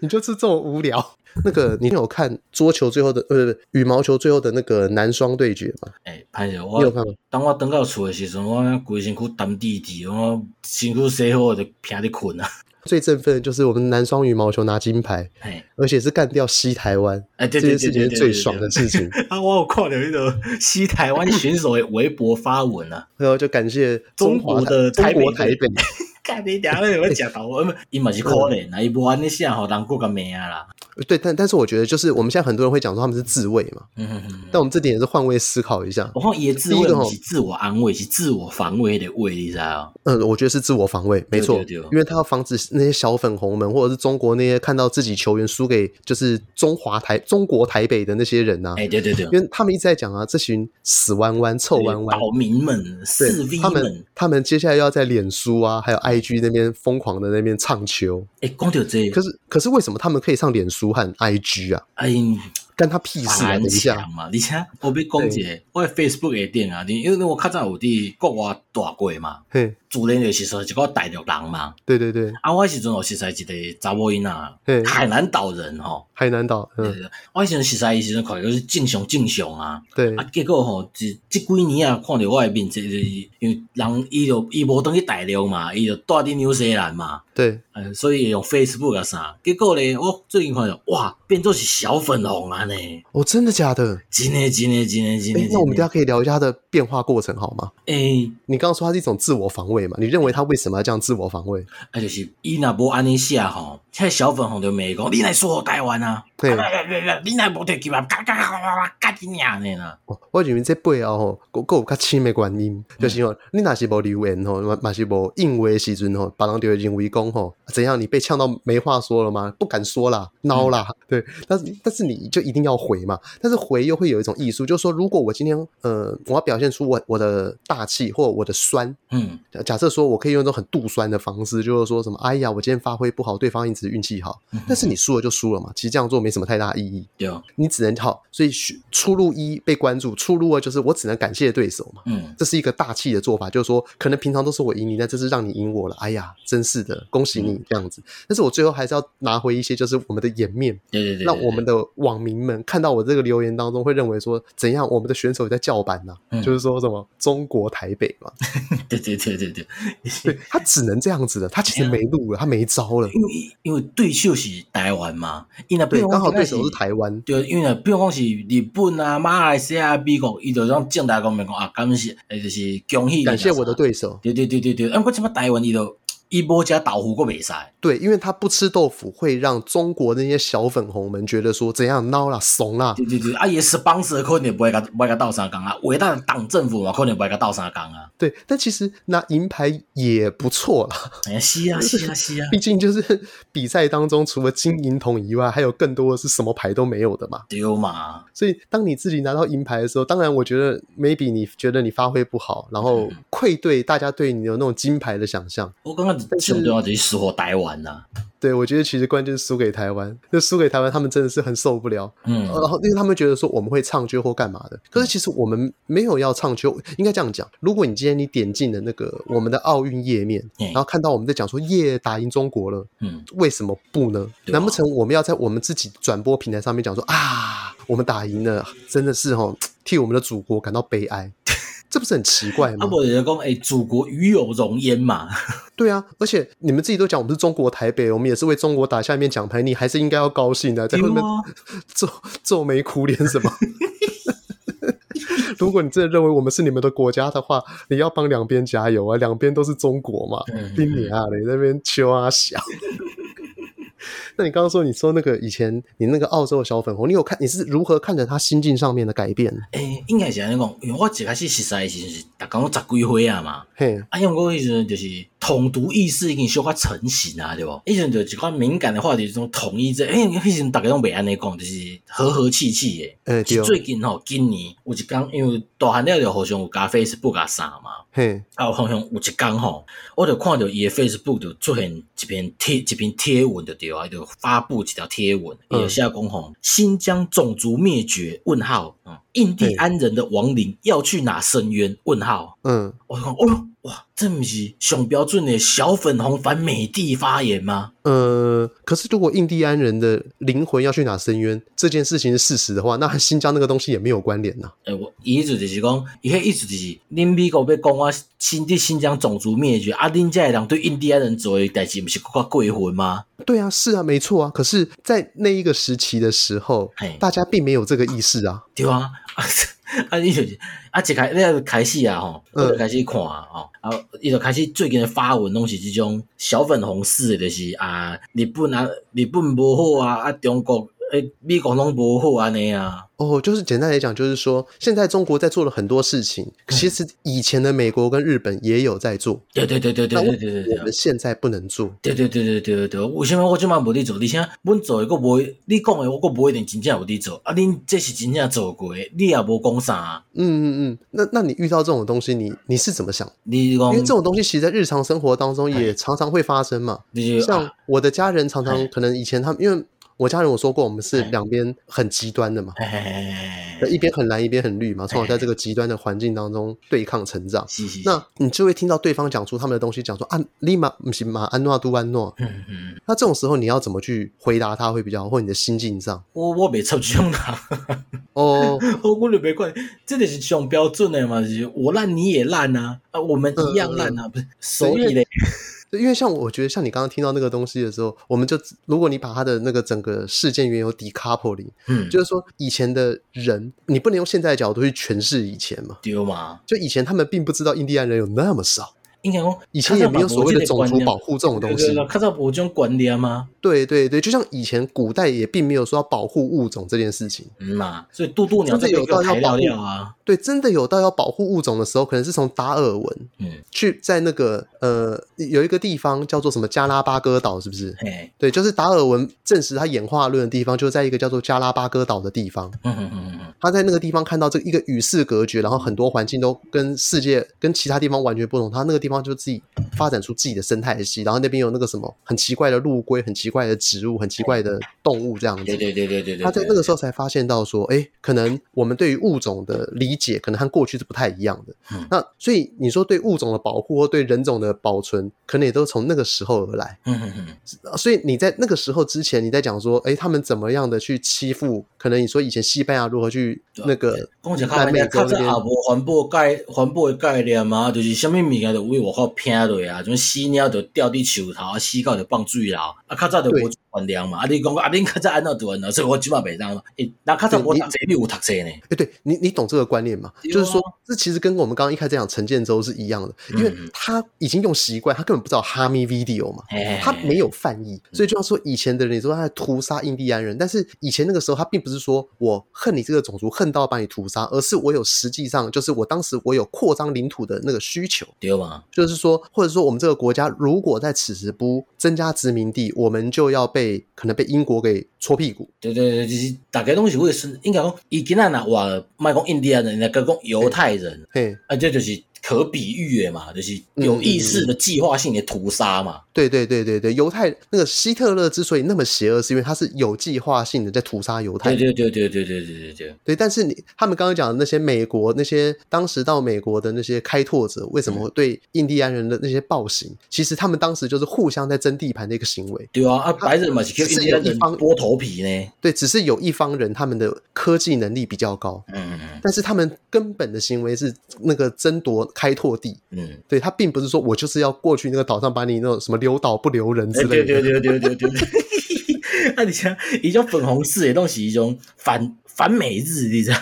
S1: 你就是这么无聊。那个，你有看桌球最后的，呃，不是羽毛球最后的那个男双对决吗？
S2: 诶，哎歹势，
S1: 你有
S2: 我
S1: 看吗？
S2: 等我等到厝诶时阵，我规身躯澹滴滴，我身躯洗好就偏伫困啊。
S1: 最振奋的就是我们男双羽毛球拿金牌，
S2: 嘿，
S1: 而且是干掉西台湾，
S2: 哎，
S1: 这
S2: 对对
S1: 件事情
S2: 对对对，
S1: 是最爽的
S2: 对。
S1: 事情。
S2: 对对啊，我有看到迄个西台湾选手诶微博发文啊，
S1: 然后就感谢
S2: 中
S1: 华
S2: 国的
S1: 中
S2: 台北
S1: 国台北，
S2: 干你娘的，我食头路，呃伊嘛是可怜啊，伊无安尼写吼，人过个命啦。
S1: 对，但但是我觉得就是我们现在很多人会讲说他们是自卫嘛，
S2: 嗯哼哼
S1: 但我们这点也是换位思考一下。
S2: 我看伊的自
S1: 第一
S2: 卫
S1: 个
S2: 毋
S1: 吼
S2: 是自我安慰，是自我防卫的卫，你知道？
S1: 嗯，我觉得是自我防卫，没错，
S2: 对对对
S1: 因为他要防止那些小粉红们或者是中国那些看到自己球员输给就是中华台中国台北的那些人呐、
S2: 哎、对对对，
S1: 因为他们一直在讲啊，这群死弯弯、臭弯弯，
S2: 岛民们、四 V
S1: 对，他
S2: 们
S1: 们，他们接下来要在脸书啊，还有 IG 那边疯狂的那边唱球。
S2: 哎、讲到这
S1: 可是，可是为什么他们可以上脸书和 IG 啊？
S2: 哎，因
S1: 干他屁事啊！
S2: 反
S1: 等一下
S2: 强，嘛，而且我要讲一个，我的 Facebook 会顶啊，因为我较早有伫国外大过嘛，
S1: 嘿，
S2: 自然就是说一个大陆人嘛，
S1: 对对对，
S2: 啊，我迄时阵有识识一个查某囡仔，
S1: 嘿，
S2: 海南岛人吼。
S1: 海南岛，
S2: 对
S1: 嗯，
S2: 对对我迄时阵识识伊时阵，看就是正常正常啊。
S1: 对
S2: 啊，结果吼，即即几年啊，看着我诶面色，就是因为人伊就伊无当去大陆嘛，伊就住伫纽西兰嘛，
S1: 对，
S2: 呃，所以用 Facebook 啊啥。结果咧，我最近看着哇，变做是小粉红啊呢，
S1: 哦，真的假的？
S2: 真诶真诶真诶真
S1: 哎
S2: 诶。，
S1: 那我们
S2: 真
S1: 大家
S2: 的
S1: 可以聊一下它的变化过程好吗？
S2: 诶，
S1: 你刚刚说它是一种自我防卫嘛？你认为它为什么要这样自我防卫？
S2: 啊就是伊若无安尼写吼，迄小粉红就骂伊讲，你来说台湾啊，
S1: 对，
S2: 你来无摕去嘛，嘎嘎嘎嘎嘎嘎你娘呢啦，
S1: 哦我认为这背后吼，佫佫有较深的原因，就是吼，你若是无留言吼，嘛嘛是无应话的时阵吼，别人就会认为讲吼，怎样你被呛到没话说了吗？不敢说啦，孬啦，对。但是但是你就一定要回嘛，但是回又会有一种艺术，就是说，如果我今天呃，我要表现出我我的大气或我的酸，
S2: 嗯，
S1: 假设说我可以用一种很杜酸的方式，就是说什么，哎呀，我今天发挥不好，对方一直运气好，但是你输了就输了嘛，其实这样做没什么太大意义。
S2: 对，
S1: 你只能好，所以选出路一被关注，出路二就是我只能感谢对手嘛。
S2: 嗯，
S1: 这是一个大气的做法，就是说，可能平常都是我赢你，但这次让你赢我了，哎呀，真是的，恭喜
S2: 嗯
S1: 你这样子。但是我最后还是要拿回一些，就是我们的颜面，
S2: 对对对对，
S1: 让我们的网民们看到我这个留言当中，会认为说，怎样我们的选手也在叫板呢、
S2: 嗯
S1: 就是说什么中国台北嘛，
S2: 对对对对对，
S1: 对他只能这样子了，他
S2: 哎
S1: 其实没路了，他没招了。
S2: 因为因为对手是台湾嘛，因为
S1: 对，刚好对手是。台湾，
S2: 对，因为比如讲是日本啊、马来西亚、美国，伊就种正大讲面讲啊，感谢，呃，就是恭喜你啊
S1: 感谢我的
S2: 啥
S1: 对手。
S2: 对对对对对，啊，我即摆台湾伊就伊无食豆腐，佫袂使。
S1: 对，因为他不吃豆腐，会让中国那些小粉红们觉得说怎样孬啦、怂啦。
S2: 对对对，啊，伊的 sponsor 可能袂甲袂甲斗相共啊，伟大的党政府嘛，可能袂甲斗相共啊。
S1: 对，但其实拿银牌也不错啦，
S2: 哎呀，是啊，是啊，是啊。
S1: 毕竟就是比赛当中除了金银铜以外，还有更多的是什么牌都没有的嘛。
S2: 对嘛，
S1: 所以当你自己拿到银牌的时候，当然我觉得 maybe 你觉得你发挥不好，然后愧对大家对你有那种金牌的想象。
S2: 我感觉上重要就是适合台湾呐、
S1: 对我觉得其实关键是输给台湾，那输给台湾他们真的是很受不了。
S2: 嗯，
S1: 然后因为他们觉得说我们会唱秋或干嘛的，可是其实我们没有要唱秋，应该这样讲。如果你今天你点进了那个我们的奥运页面，
S2: 嗯
S1: 然后看到我们在讲说耶打赢中国了，
S2: 嗯，
S1: 为什么不呢？
S2: 对啊
S1: 难不成我们要在我们自己转播平台上面讲说啊，我们打赢了，真的是哦，替我们的祖国感到悲哀， 这不是很奇怪
S2: 啊，
S1: 吗？
S2: 无就是讲，诶、祖国与有荣焉嘛。
S1: 对啊，而且你们自己都讲我们是中国台北，我们也是为中国打下一面奖牌，你还是应该要高兴的，在
S2: 对
S1: 后面
S2: 啊，
S1: 皱皱眉苦脸什么？ 如果你真的认为我们是你们的国家的话，你要帮两边加油啊！两边都是中国嘛，
S2: 嗯
S1: 丁你啊，你那边秋啊小。 那你刚刚说，你说那个以前你那个澳洲的小粉红，你有看你是如何看着他心境上面的改变？
S2: 诶、哎应该是安尼讲，因为我一开始实在是是，逐工我十几岁啊嘛。
S1: 嘿，
S2: 啊，因为我迄时阵就是统独意识已经小可成型啊，对无？迄时阵就一款敏感的话题，就是种统一这，诶、迄时阵逐个拢袂安尼讲，就是和和气气的。
S1: 哎、对
S2: 是
S1: 哦，
S2: 最近吼，今年有一工，因为大汉了就互相有加 Facebook 啊啥嘛，
S1: 嘿，
S2: 啊有互相有一工吼，我就看到伊的 Facebook 就出现一篇贴一篇贴文就对啊，伊就发布一条贴文，伊
S1: 嗯
S2: 就写讲吼，新疆种族灭绝？问号，嗯，印第安人的亡灵要去哪伸冤？问号，
S1: 嗯，
S2: 我就讲，哦哟，哇，这毋是上标准的小粉红反美帝发言吗？
S1: 呃，可是如果印第安人的灵魂要去哪深渊这件事情是事实的话，那和新疆那个东西也没有关联呐、
S2: 诶、呃我伊迄阵就是讲，伊迄意思就是，恁美国要讲我新伫新疆种族灭绝，啊，恁遮的人对印第安人做诶代志，毋是更较过分吗？
S1: 对啊，是啊，没错啊。可是，在那一个时期的时候
S2: 嘿，
S1: 大家并没有这个意识啊。
S2: 对啊，啊， 啊，你就是啊，一开你就开始啊吼，
S1: 嗯
S2: 我就开始看啊吼，啊，伊就开始最近的发文拢是即种小粉红式的，就是啊，日本啊，日本无好啊，啊，中国诶，美国拢无好安尼啊，
S1: 哦，就是简单来讲，就是说现在中国在做了很多事情，其实以前的美国跟日本也有在做，
S2: 对对对对对
S1: 那
S2: 对对对啊对
S1: 我。们现在不能做。
S2: 对对对对对对对，为什么我即摆无咧做？而且阮做诶，我无你讲诶，我阁无一定真正有咧做。啊，恁这是真正做过诶，你也无讲啥、
S1: 嗯嗯嗯，那那你遇到这种东西，你你是怎么想？
S2: 你
S1: 因
S2: 讲
S1: 为这种东西其实在日常生活当中也常常会发生嘛。
S2: 你就
S1: 像
S2: 啊，
S1: 我的家人常
S2: 哎
S1: 常可能以前他们，因为我家人我说过，我们是
S2: 哎
S1: 两边很极端的嘛，
S2: 嘿嘿嘿嘿嘿
S1: 一边很蓝，一边很绿嘛，从小
S2: 哎
S1: 在这个极端的环境当中对抗成长。
S2: 是是是，
S1: 那你就会听到对方讲出他们的东西，讲说啊，立马不是马安诺都安 诺。
S2: 嗯嗯，
S1: 那这种时候你要怎么去回答他会比较好，或你的心境 上？
S2: 我我袂插即种人，
S1: 哦，
S2: 我我就袂管，这个是上标准诶嘛，就是我烂你也烂啊，啊，我们一样烂啊，不是，所以咧，
S1: 嗯对因为像我觉得，像你刚刚听到那个东西的时候，我们就如果你把他的那个整个事件缘由 decoupling，
S2: 嗯，
S1: 就是说以前的人，你不能用现在的角度去诠释以前嘛。
S2: 对嘛，
S1: 就以前他们并不知道印第安人有那么少，
S2: 应该讲
S1: 以前也没有所谓的种
S2: 啊
S1: 族保护这种东西。
S2: 较早无这种观念啊嘛。
S1: 对对对，就像以前古代也并没有说要保护物种这件事情。
S2: 嗯嘛，所以渡渡鸟这边就材料料啊，
S1: 对，真的有到要保护物种的时候，可能是从达尔文
S2: 嗯，
S1: 去在那个呃有一个地方叫做什么加拉巴哥岛，是不是？
S2: 嘿，
S1: 对，就是达尔文证实他演化论的地方，就在一个叫做加拉巴哥岛的地方。
S2: 嗯嗯嗯嗯
S1: 他在那个地方看到这一个与世隔绝，然后很多环境都跟世界跟其他地方完全不同。他那个地方就自己发展出自己的生态系，然后那边有那个什么很奇怪的陆龟、很奇怪的植物、很奇怪的动物这样
S2: 嗯，
S1: 子
S2: 对。对对对对对，
S1: 他在那个时候才发现到说，哎，可能我们对于物种的理解，可能和过去是不太一样的。
S2: 嗯
S1: 那所以你说对物种的保护或对人种的保存，可能也都从那个时候而来。呃
S2: 嗯嗯嗯，
S1: 所以你在那个时候之前，你在讲说，哎，他们怎么样的去欺负？可能你说以前西班牙如何去
S2: 啊
S1: 那个
S2: 讲起较白点，较早也无环保概环保的概念啊，就是啥物物件就为外口拼落啊，种死鸟就掉伫树头，啊死狗就放水流，啊较早就无观念嘛，啊你讲啊恁较早安怎做呢？所以我即摆袂当嘛，诶，人较早无读册，你有读册呢？
S1: 哎，对你，你懂这个观念吗？
S2: 对啊
S1: 就是说，这其实跟我们刚刚一开始讲陈建州是一样的，因为
S2: 嗯
S1: 他已经用习惯，他根本不知道哈密 video 嘛，
S2: 哎
S1: 他没有翻译，
S2: 嗯
S1: 所以就像说以前的人，你说他在屠杀印第安人，但是以前那个时候他并不是说我恨你这个种族，恨到把你屠杀，而是我有实际上就是我当时我有扩张领土的那个需求，
S2: 对嘛，
S1: 就是说，或者说我们这个国家如果在此时不增加殖民地，我们就要被可能被英国给戳屁股。
S2: 对对对，就是大家拢是为应该讲，伊今仔若话，莫讲印第安人，应该讲犹太人。
S1: 嘿，
S2: 啊，这就是可比喻的嘛，就是有意识的计划性的屠杀嘛。
S1: 对对对对对，犹太那个希特勒之所以那么邪恶，是因为他是有计划性的在屠杀犹太
S2: 对
S1: 人。
S2: 对对对对对对对对，
S1: 对，但是你他们刚刚讲的那些美国那些当时到美国的那些开拓者，为什么
S2: 嗯
S1: 会对印第安人的那些暴行？其实他们当时就是互相在争地盘的一个行为。
S2: 对啊，啊，白人嘛是叫印第安人剥头皮呢。
S1: 对，只是有一方人他们的科技能力比较高，
S2: 嗯嗯
S1: 但是他们根本的行为是那个争夺开拓地。
S2: 嗯，
S1: 对他并不是说我就是要过去那个岛上把你那种什么留岛不留人之类
S2: 对哎对
S1: 的。
S2: 对对对对对。 啊，你像一种粉红式的东西，一种反反美日，你知道？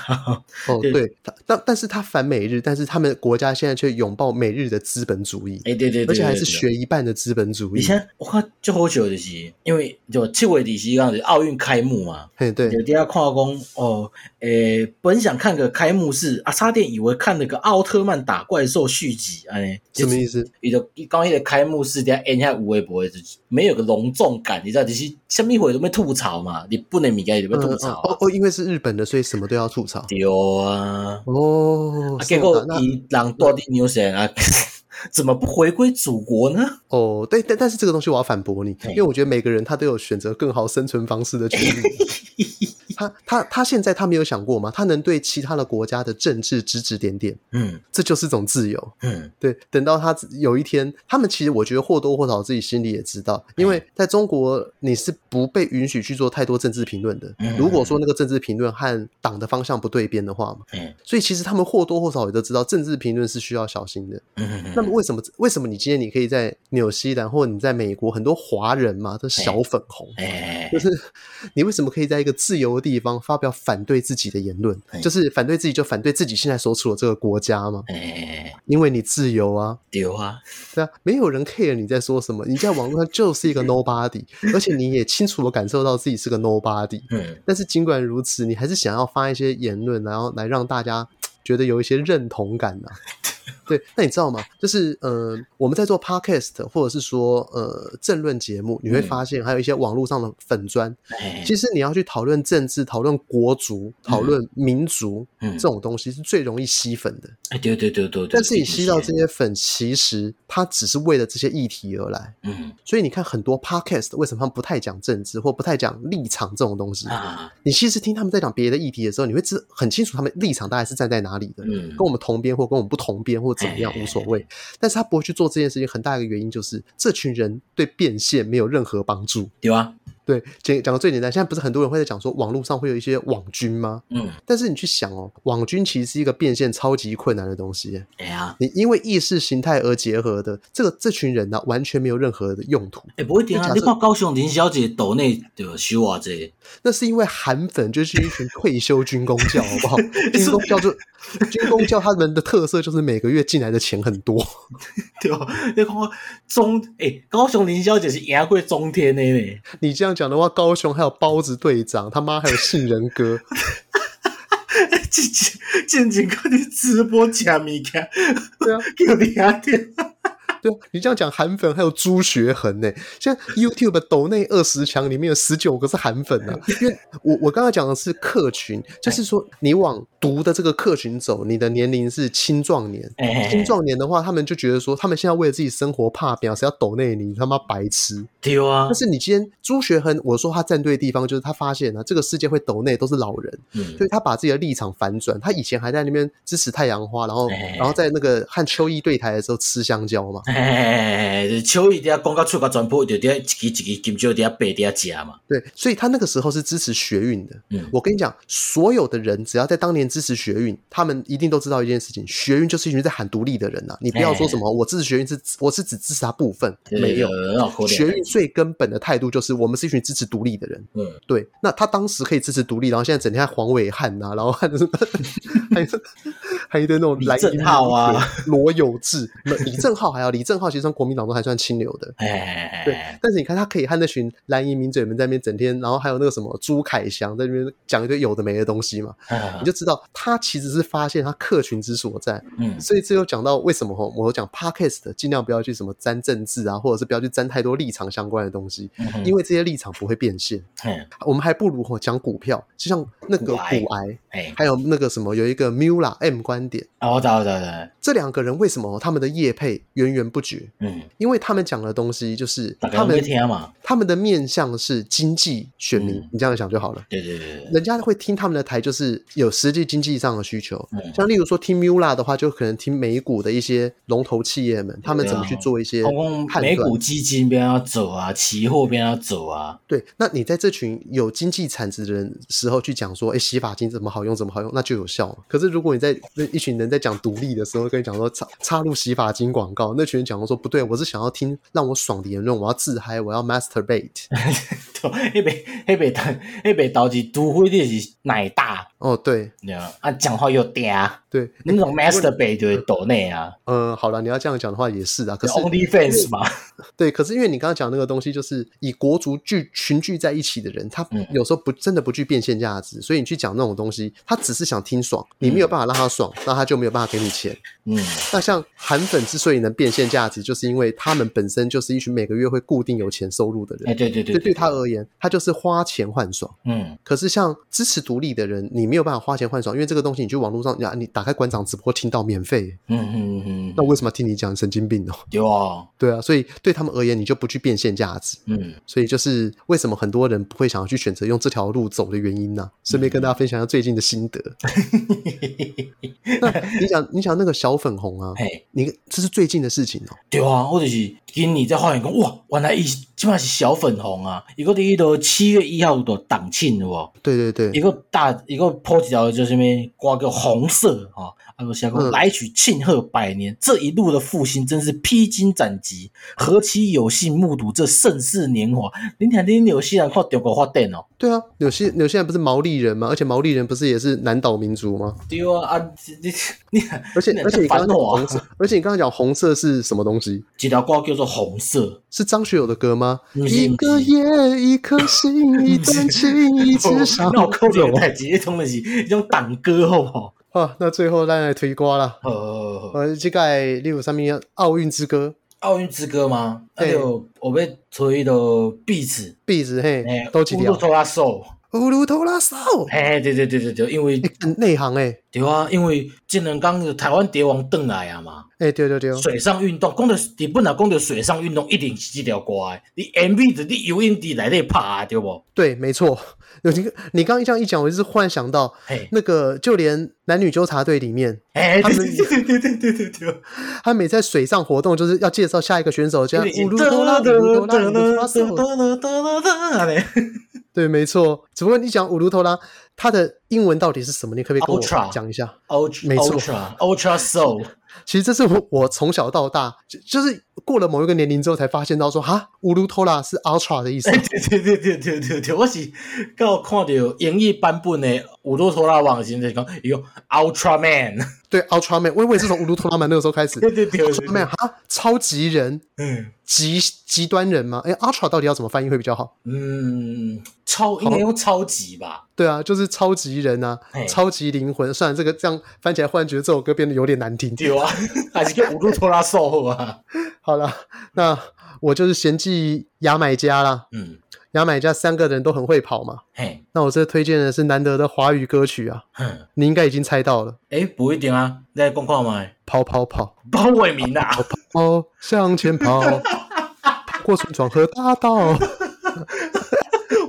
S1: 哦，
S2: 对
S1: 对，他但但是他反美日，但是他们国家现在却拥抱美日的资本主义，
S2: 哎，对对对，
S1: 而且还是学一半的资本主
S2: 以
S1: 义。
S2: 前我看最好笑的就是，因为就七月二十刚是奥运开幕嘛，
S1: 嘿，对
S2: 有底下看讲哦，诶、本想看个开幕式啊，差点以为看了个奥特曼打怪兽续集，哎，
S1: 什么
S2: 就是
S1: 意思？
S2: 伊就刚一个开幕式，底下演下无微博，就是没有个隆重感，你知道，就是虾米会都被吐槽嘛，你不能物件就被
S1: 嗯
S2: 吐
S1: 嗯
S2: 槽
S1: 哦
S2: 啊，
S1: 哦，因为是日本的，所以什么都要吐槽。
S2: 对啊，
S1: 哦
S2: 啊，，
S1: 是
S2: 结
S1: 的
S2: 果
S1: 那
S2: 伊人到底牛神啊， 怎么不回归祖国呢？
S1: 哦，对，但但是这个东西我要反驳你，
S2: 嘿
S1: 因为我觉得每个人他都有选择更好生存方式的权利。 他他他现在他没有想过吗？他能对其他的国家的政治指指点点，
S2: 嗯
S1: 这就是一种自由。
S2: 嗯，
S1: 对，等到他有一天，他们其实我觉得或多或少自己心里也知道，因
S2: 哎
S1: 为在中国你是不被允许去做太多政治评论的
S2: 嗯。
S1: 如果说那个政治评论和党的方向不对边的话嘛，
S2: 嗯
S1: 所以其实他们或多或少也都知道政治评论是需要小心的。
S2: 嗯嗯
S1: 那么为什么为什么你今天你可以在纽西兰或者你在美国很多华人嘛都小粉红，
S2: 哎，
S1: 就是你为什么可以在一个自由的地方发表反对自己的言论
S2: 嘿，
S1: 就是反对自己就反对自己现在所处的这个国家嘛，
S2: 诶，
S1: 因为你自由啊，
S2: 哎对啊，
S1: 对啊，没有人 care 你在说什么，你在网络上就是一个 nobody，而且你也清楚的感受到自己是个 nobody，
S2: 嗯，
S1: 但是尽管如此，你还是想要发一些言论，然后来让大家觉得有一些认同感呐、对，那你知道吗？就是呃，我们在做 podcast 或者是说呃政论节目，你会发现还有一些网络上的粉砖，
S2: 诶，
S1: 其实你要去讨论政治、讨论国族、讨论民族、
S2: 嗯
S1: 这种东西，是最容易吸粉的。
S2: 哎对对对对对，
S1: 但是你吸到
S2: 这
S1: 这，些粉，其实它只是为了这些议题而来。
S2: 嗯
S1: 所以你看，很多 podcast 为什么他们不太讲政治或不太讲立场这种东西？
S2: 啊，
S1: 你其实听他们在讲别的议题的时候，你会知很清楚他们立场大概是站在哪里的，
S2: 嗯
S1: 跟我们同边或跟我们不同边或怎么样
S2: 哎
S1: 无所谓。但是他不会去做这件事情，很大一个原因就是这群人对变现没有任何帮助。
S2: 对啊，
S1: 对，简讲的最简单，现在不是很多人会在讲说网络上会有一些网军吗？
S2: 嗯，
S1: 但是你去想哦，网军其实是一个变现超级困难的东西耶。
S2: 哎呀，
S1: 你因为意识形态而结合的这个这群人呢、完全没有任何的用途。
S2: 哎，不会定
S1: 就
S2: 啊，
S1: 假
S2: 你
S1: 设
S2: 看高雄林小姐岛内就收啊这，
S1: 那是因为韩粉就是一群退休军工教，好不好？军工教就军工教，他们的特色就是每个月进来的钱很多。
S2: 对啊，你看中，哎，高雄林小姐是赢过中天的呢，
S1: 你这样讲的话，高雄还有包子队长，他妈还有杏仁哥，
S2: 进前进前看你直播吃物件，
S1: 对啊，
S2: 叫你阿点，
S1: 对啊，你这样讲韩粉还有朱学恒呢、现在 YouTube 抖内二十强里面有十九个是韩粉啊，因为我我刚刚讲的是客群，就是说你往毒的这个客群走，你的年龄是青壮年。
S2: 哎，
S1: 青壮年的话，他们就觉得说，他们现在为了自己生活怕表，谁要抖内你他妈白痴。
S2: 对啊
S1: 但，是你今天朱学恒，我说他站对地方，就是他发现呢、啊这个世界会抖内都是老人，
S2: 嗯
S1: 所以他把自己的立场反转。他以前还在那边支持太阳花，然后
S2: 哎
S1: 然后在那个和邱毅对台的时候吃香蕉嘛，
S2: 哎，就手伊底下讲到出个全部，就底下一支一支金蕉底下白底下食嘛，
S1: 对，所以他那个时候是支持学运的。
S2: 嗯，
S1: 我跟你讲，所有的人只要在当年支持学运，他们一定都知道一件事情：学运就是一群在喊独立的人呐、你不要说
S2: 哎
S1: 什么我支持学运是，我是只支持他部分，没有。
S2: 有
S1: 学运最根本的态度就是，我们是一群支持独立的人。
S2: 嗯，
S1: 对，那他当时可以支持独立，然后现在整天还黄伟汉呐、然后还 还还一堆那种蓝
S2: 李正浩啊、
S1: 罗有志、没李正浩，还有李正浩，其实算国民党中还算清流的。
S2: 哎，
S1: 对，但是你看，他可以和那群蓝营名嘴们在那边整天，然后还有那个什么朱凯翔在那边讲一堆有的没的东西嘛，
S2: 啊
S1: 你就知道他其实是发现他客群之所在。
S2: 嗯
S1: 所以这又讲到为什么吼，我讲 podcast 尽量不要去什么沾政治啊，或者是不要去沾太多立场相关的东西，
S2: 嗯，
S1: 因
S2: 为
S1: 为这些立场不会变现。我们还不如吼讲股票，就像那个
S2: 股癌
S1: 股癌，
S2: 哎，
S1: 还有那个什么有一个 Mula M 观点，
S2: 啊，我知道，我知道，我知道
S1: 这两个人为什么他们的业配源源不绝？
S2: 嗯，
S1: 因为他们讲的东西就是
S2: 大家
S1: 他
S2: 有
S1: 们
S2: 没听嘛？
S1: 他们的面向是经济选民，
S2: 嗯
S1: 你这样想就好了。
S2: 对对对对，
S1: 人家会听他们的台，就是有实际经济上的需求。
S2: 嗯
S1: 像例如说听 Mula 的话，就可能听美股的一些龙头企业们，他们怎么去做一些
S2: 通通
S1: 判
S2: 啊美
S1: 断
S2: 股。基金边要走啊，期货边要走啊，
S1: 对，那你在这群有经济产值的人时候去讲说，哎，洗发精怎么好用，怎么好用，那就有效嘛。可是如果你在那一群人在讲独立的时候，跟你讲说插插入洗发精广告，那群人讲说不对，我是想要听让我爽的言论，我要自嗨，我要 masturbate。
S2: 对， 迄边迄边头迄边头是除非你是奶大，
S1: 哦，对
S2: 对啊，啊，讲话又嗲，
S1: 对，
S2: 那 种 master 北就是抖内啊
S1: 嗯，好了，你要这样讲的话也是啊。可是
S2: ，only fans 嘛，
S1: 对，可是因为你刚刚讲那个东西，就是以国族聚群聚在一起的人，他
S2: 嗯
S1: 有时候不真的不具变现价值，所以你去讲那种东西，他只是想听爽，你没有办法让他爽，那他就没有办法给你钱。
S2: 嗯，
S1: 那像韩粉之所以能变现价值，就是因为他们本身就是一群每个月会固定有钱收入的
S2: 哎，
S1: 人，
S2: 对对对，
S1: 所以对他而言，他就是花钱换爽。
S2: 嗯。
S1: 可是像支持独立的人，你没有办法花钱换爽，因为这个东西你去网络上，呀，啊你打开馆长直播听到免费，
S2: 嗯嗯嗯
S1: 那
S2: 嗯，
S1: 为什么要听你讲神经病哦？
S2: 对啊，
S1: 对啊，所以对他们而言，你就不具变现价值。
S2: 嗯，
S1: 所以就是为什么很多人不会想要去选择用这条路走的原因呢、顺便跟大家分享一下最近的心得。
S2: 嗯
S1: 那你想，你想那个小粉红啊，
S2: 嘿，
S1: 你这是最近的事情哦。
S2: 对啊，我就是今年才发现讲，哇，原来伊即摆是小粉红啊，伊个伫伊到七月一号有到党庆有无？哦
S1: 对对
S2: 伊
S1: 对，
S2: 个大伊个破一条叫啥物歌叫红色吼，啊他说：“下公
S1: 嗯
S2: 来曲庆贺百年，这一路的复兴真是披荆斩棘，何其有幸目睹这盛世年华！你看，你纽西兰看中国发展哦，
S1: 对啊，纽西纽西兰不是毛利人吗？而且毛利人不是也是南岛民族吗？
S2: 对啊，啊，你你看，
S1: 而 且
S2: 那
S1: 而且你刚刚
S2: 烦
S1: 讲
S2: 我啊
S1: 红色，而且你刚刚讲红色是什么东西？
S2: 这条歌叫做《红色》，
S1: 是张学友的歌吗？
S2: 不是
S1: 一个夜，一颗 心，一段情，一次伤
S2: 哦那我扣
S1: 口
S2: 两代，直接通的是一种党歌，好不好？
S1: 啊！那最后咱来推歌啦。
S2: 呃，
S1: 呃，这个例如上面奥运之歌，
S2: 奥运之歌吗？那
S1: 对
S2: 就我要吹的壁纸，
S1: 壁纸嘿
S2: 哎，，
S1: 都几条
S2: 乌鲁？托拉哎手，
S1: 乌鲁头拉少，
S2: 嘿，对对对对对，因为
S1: 哎，很内行哎，
S2: 对啊，因为这两天台湾蝶王邓来啊嘛，
S1: 哎，对对对，
S2: 水上运动，讲到日本啊，讲到水上运动，一定是这条歌的。你 MV 的你游泳池内底拍啊，对不？
S1: 对，没错。 你你刚刚这样一讲，我就是忽然想到，
S2: 嘿，
S1: 那个就连男女纠察队里面，
S2: 哎，
S1: 他
S2: 对
S1: 们
S2: 对对对对对对对，
S1: 他每在水上活动就是要介绍下一个选手，这样乌鲁头拉，乌鲁头拉，乌鲁头拉少。对，没错。只不过你讲五卢头拉，它的英文到底是什么？你可不可以跟
S2: Ultra
S1: 我讲一下？
S2: Ultra Ultra Ultra Soul，
S1: 其实这是我我从小到大，就就是过了某一个年龄之后才发现到说，哈，五卢头拉是 ultra 的意思
S2: 对。对对对对对对，我是刚有看到英语版本的《五路拖拉网》时在讲，用 Ultra Man，
S1: 对，ultra man，我我也是从五卢头拉曼那个时候开始。
S2: 对对对对
S1: ultra man，
S2: 对，
S1: 哈，超级人，
S2: 嗯
S1: 极极端人吗？哎，ultra 到底要怎么翻译会比较好？
S2: 嗯，超应该用超级吧，
S1: 对啊，就是超级人啊
S2: 嘿，
S1: 超级灵魂。虽然这个这样翻起来，忽然觉得这首歌变得有点难听。
S2: 对啊， 还是叫五路拖拉兽啊，
S1: 好了， 那我就是嫌弃牙买加啦。
S2: 嗯，
S1: 牙买加三个人都很会跑嘛。
S2: 嘿，
S1: 那我这推荐的是难得的华语歌曲啊，
S2: 哼，
S1: 你应该已经猜到了，
S2: 诶，不一定啊，你来讲看麦，
S1: 跑跑跑
S2: 包伟明啊，
S1: 跑向前 跑，跑过村庄和大道。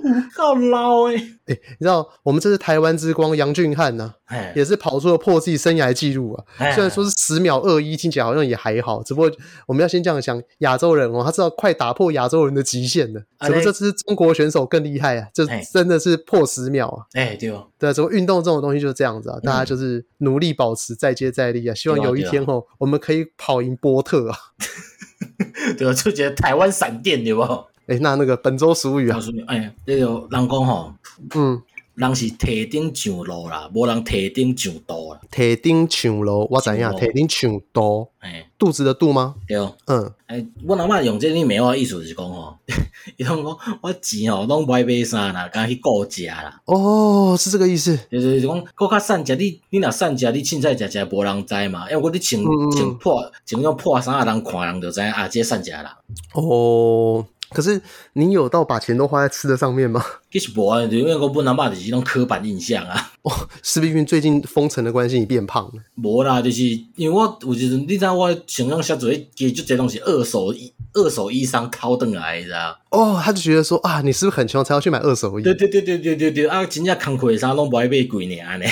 S2: 我够老诶，
S1: 哎、你知道我们这是台湾之光杨俊翰呐、
S2: 嘿
S1: 也是跑出了破自己生涯纪录啊。
S2: 哎
S1: 虽然说是十秒二一，听起来好像也还好，只不过我们要先这样想，亚洲人哦，他知道快打破亚洲人的极限了。
S2: 啊
S1: 只不过
S2: 那
S1: 这次中国选手更厉害啊，这
S2: 哎
S1: 真的是破十秒啊。
S2: 诶，对哦，
S1: 对啊，只不过运动这种东西就是这样子啊，大家就是努力保持再接再厉啊，希望
S2: 对啊
S1: 有一
S2: 对啊
S1: 天哦，我们可以跑赢波特啊。
S2: 对哦，就觉得台湾闪电对不？我
S1: 哎，那那个本周俗语啊，
S2: 说你，哎，那个人讲吼，
S1: 嗯，
S2: 人是提顶上路啦，无人提顶上道啦，
S1: 铁钉抢楼，我怎样？
S2: 抢楼
S1: 铁钉抢肚，
S2: 诶。
S1: 肚子的肚吗？
S2: 对哦，
S1: 嗯，
S2: 哎，我阿嬷用这个棉花意思就是讲吼， 伊拢讲我钱吼拢买买衫啦，敢去顾食啦，
S1: 哦，是这个意思。
S2: 就是讲搁较善食，你你若善食，你凊彩食食无人知嘛，因为我你穿
S1: 嗯嗯
S2: 穿破穿种破衫啊，人看人就知啊，这善食啦。
S1: 哦，可是你有到把钱都花在吃的上面吗？
S2: 其实无啊，因为我本阿嬷就是那种刻板印象啊，
S1: 是不是因为最近封城的关系，你变胖了？
S2: 无啦，就是因为我有时阵你知道我穿种啥做，其实就这拢是二手衣二手衣裳偷转来的你知道吗。
S1: 哦，他就觉得说啊，你是不是很穷才要去买二手衣
S2: 对？对对对对对对，啊，真正工课的衫拢无爱买贵呢，安尼。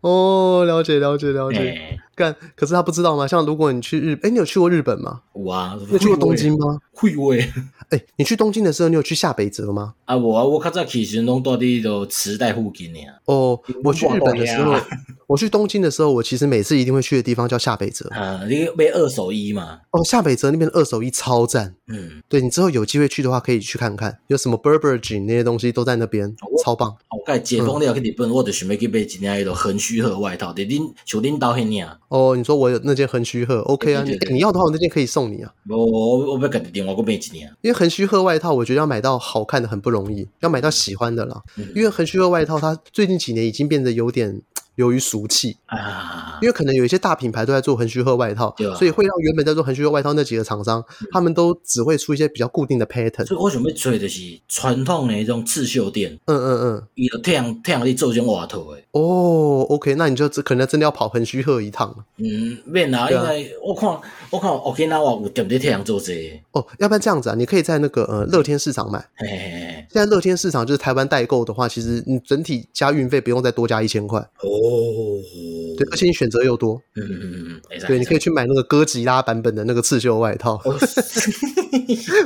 S1: 哦，了解了解了解。
S2: 哎，
S1: 干，可是他不知道吗？像如果你去日，哎，你有去过日本吗？
S2: 有啊，
S1: 你有去过东京吗？
S2: 会喂
S1: 哎、你去东京的时候，你有去下北泽吗？
S2: 啊！无啊，我较早去时阵拢住伫就池袋附近尔。
S1: 哦，我去日本的时候
S2: 嗯我不懂，
S1: 我去东京的时候，我其实每次一定会去的地方叫下北泽。
S2: 啊，你买二手衣嘛？
S1: 哦，下北泽那边的二手衣超赞，
S2: 嗯，
S1: 对你之后有机会去的话，可以去看看，有什么 Burberry jean 那些东西都在那边，
S2: 哦
S1: 超棒。
S2: 我甲解封了去日本，我就想要去买一件迄落横须贺外套，伫恁像恁兜迄领。
S1: 哦，你说我有那件横须贺，OK 啊，
S2: 对
S1: 你、
S2: 对对
S1: 哎你要的话，我那件可以送你啊。
S2: 无我我要家己另外我买一件。
S1: 因为横须贺外套，我觉得要买到好看的很不容易，要买到喜欢的啦。
S2: 嗯
S1: 因为横须贺外套，它最近几年已经变得有点流于俗气，
S2: 啊
S1: 因，为可能有一些大品牌都在做横须贺外套
S2: 对啊，
S1: 所以会让原本在做横须贺外套那几个厂商，他们都只会出一些比较固定的 pattern。
S2: 所以我想要找的就是传统的迄种刺绣店，
S1: 嗯嗯嗯，
S2: 伊就替人替人去做这种外套的。
S1: 哦，OK，那你就只可能真的要跑横须贺一趟了。
S2: 嗯，免啦，
S1: 对
S2: 因
S1: 啊
S2: 为我看我看我今仔我有踮伫替人做这个，
S1: 哦，要不然这样子啊，你可以在那个呃乐天市场买。
S2: 嘿嘿嘿。
S1: 现在乐天市场就是台湾代购的话，其实你整体加运费不用再多加一千块，
S2: 哦，
S1: 对，而且你选择又多，
S2: 嗯嗯嗯嗯，会使
S1: 对，你可以去买那个哥吉拉版本的那个刺绣外套。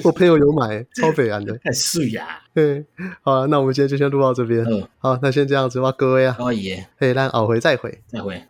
S1: 我朋友有买，超北蓝的。
S2: 太水啊！
S1: 对，好啊，那我们今天就先录到这边。
S2: 嗯，
S1: 好，那先这样子吧，各位啊，
S2: 可以耶，
S1: 嘿，让偶回再回。
S2: 再会。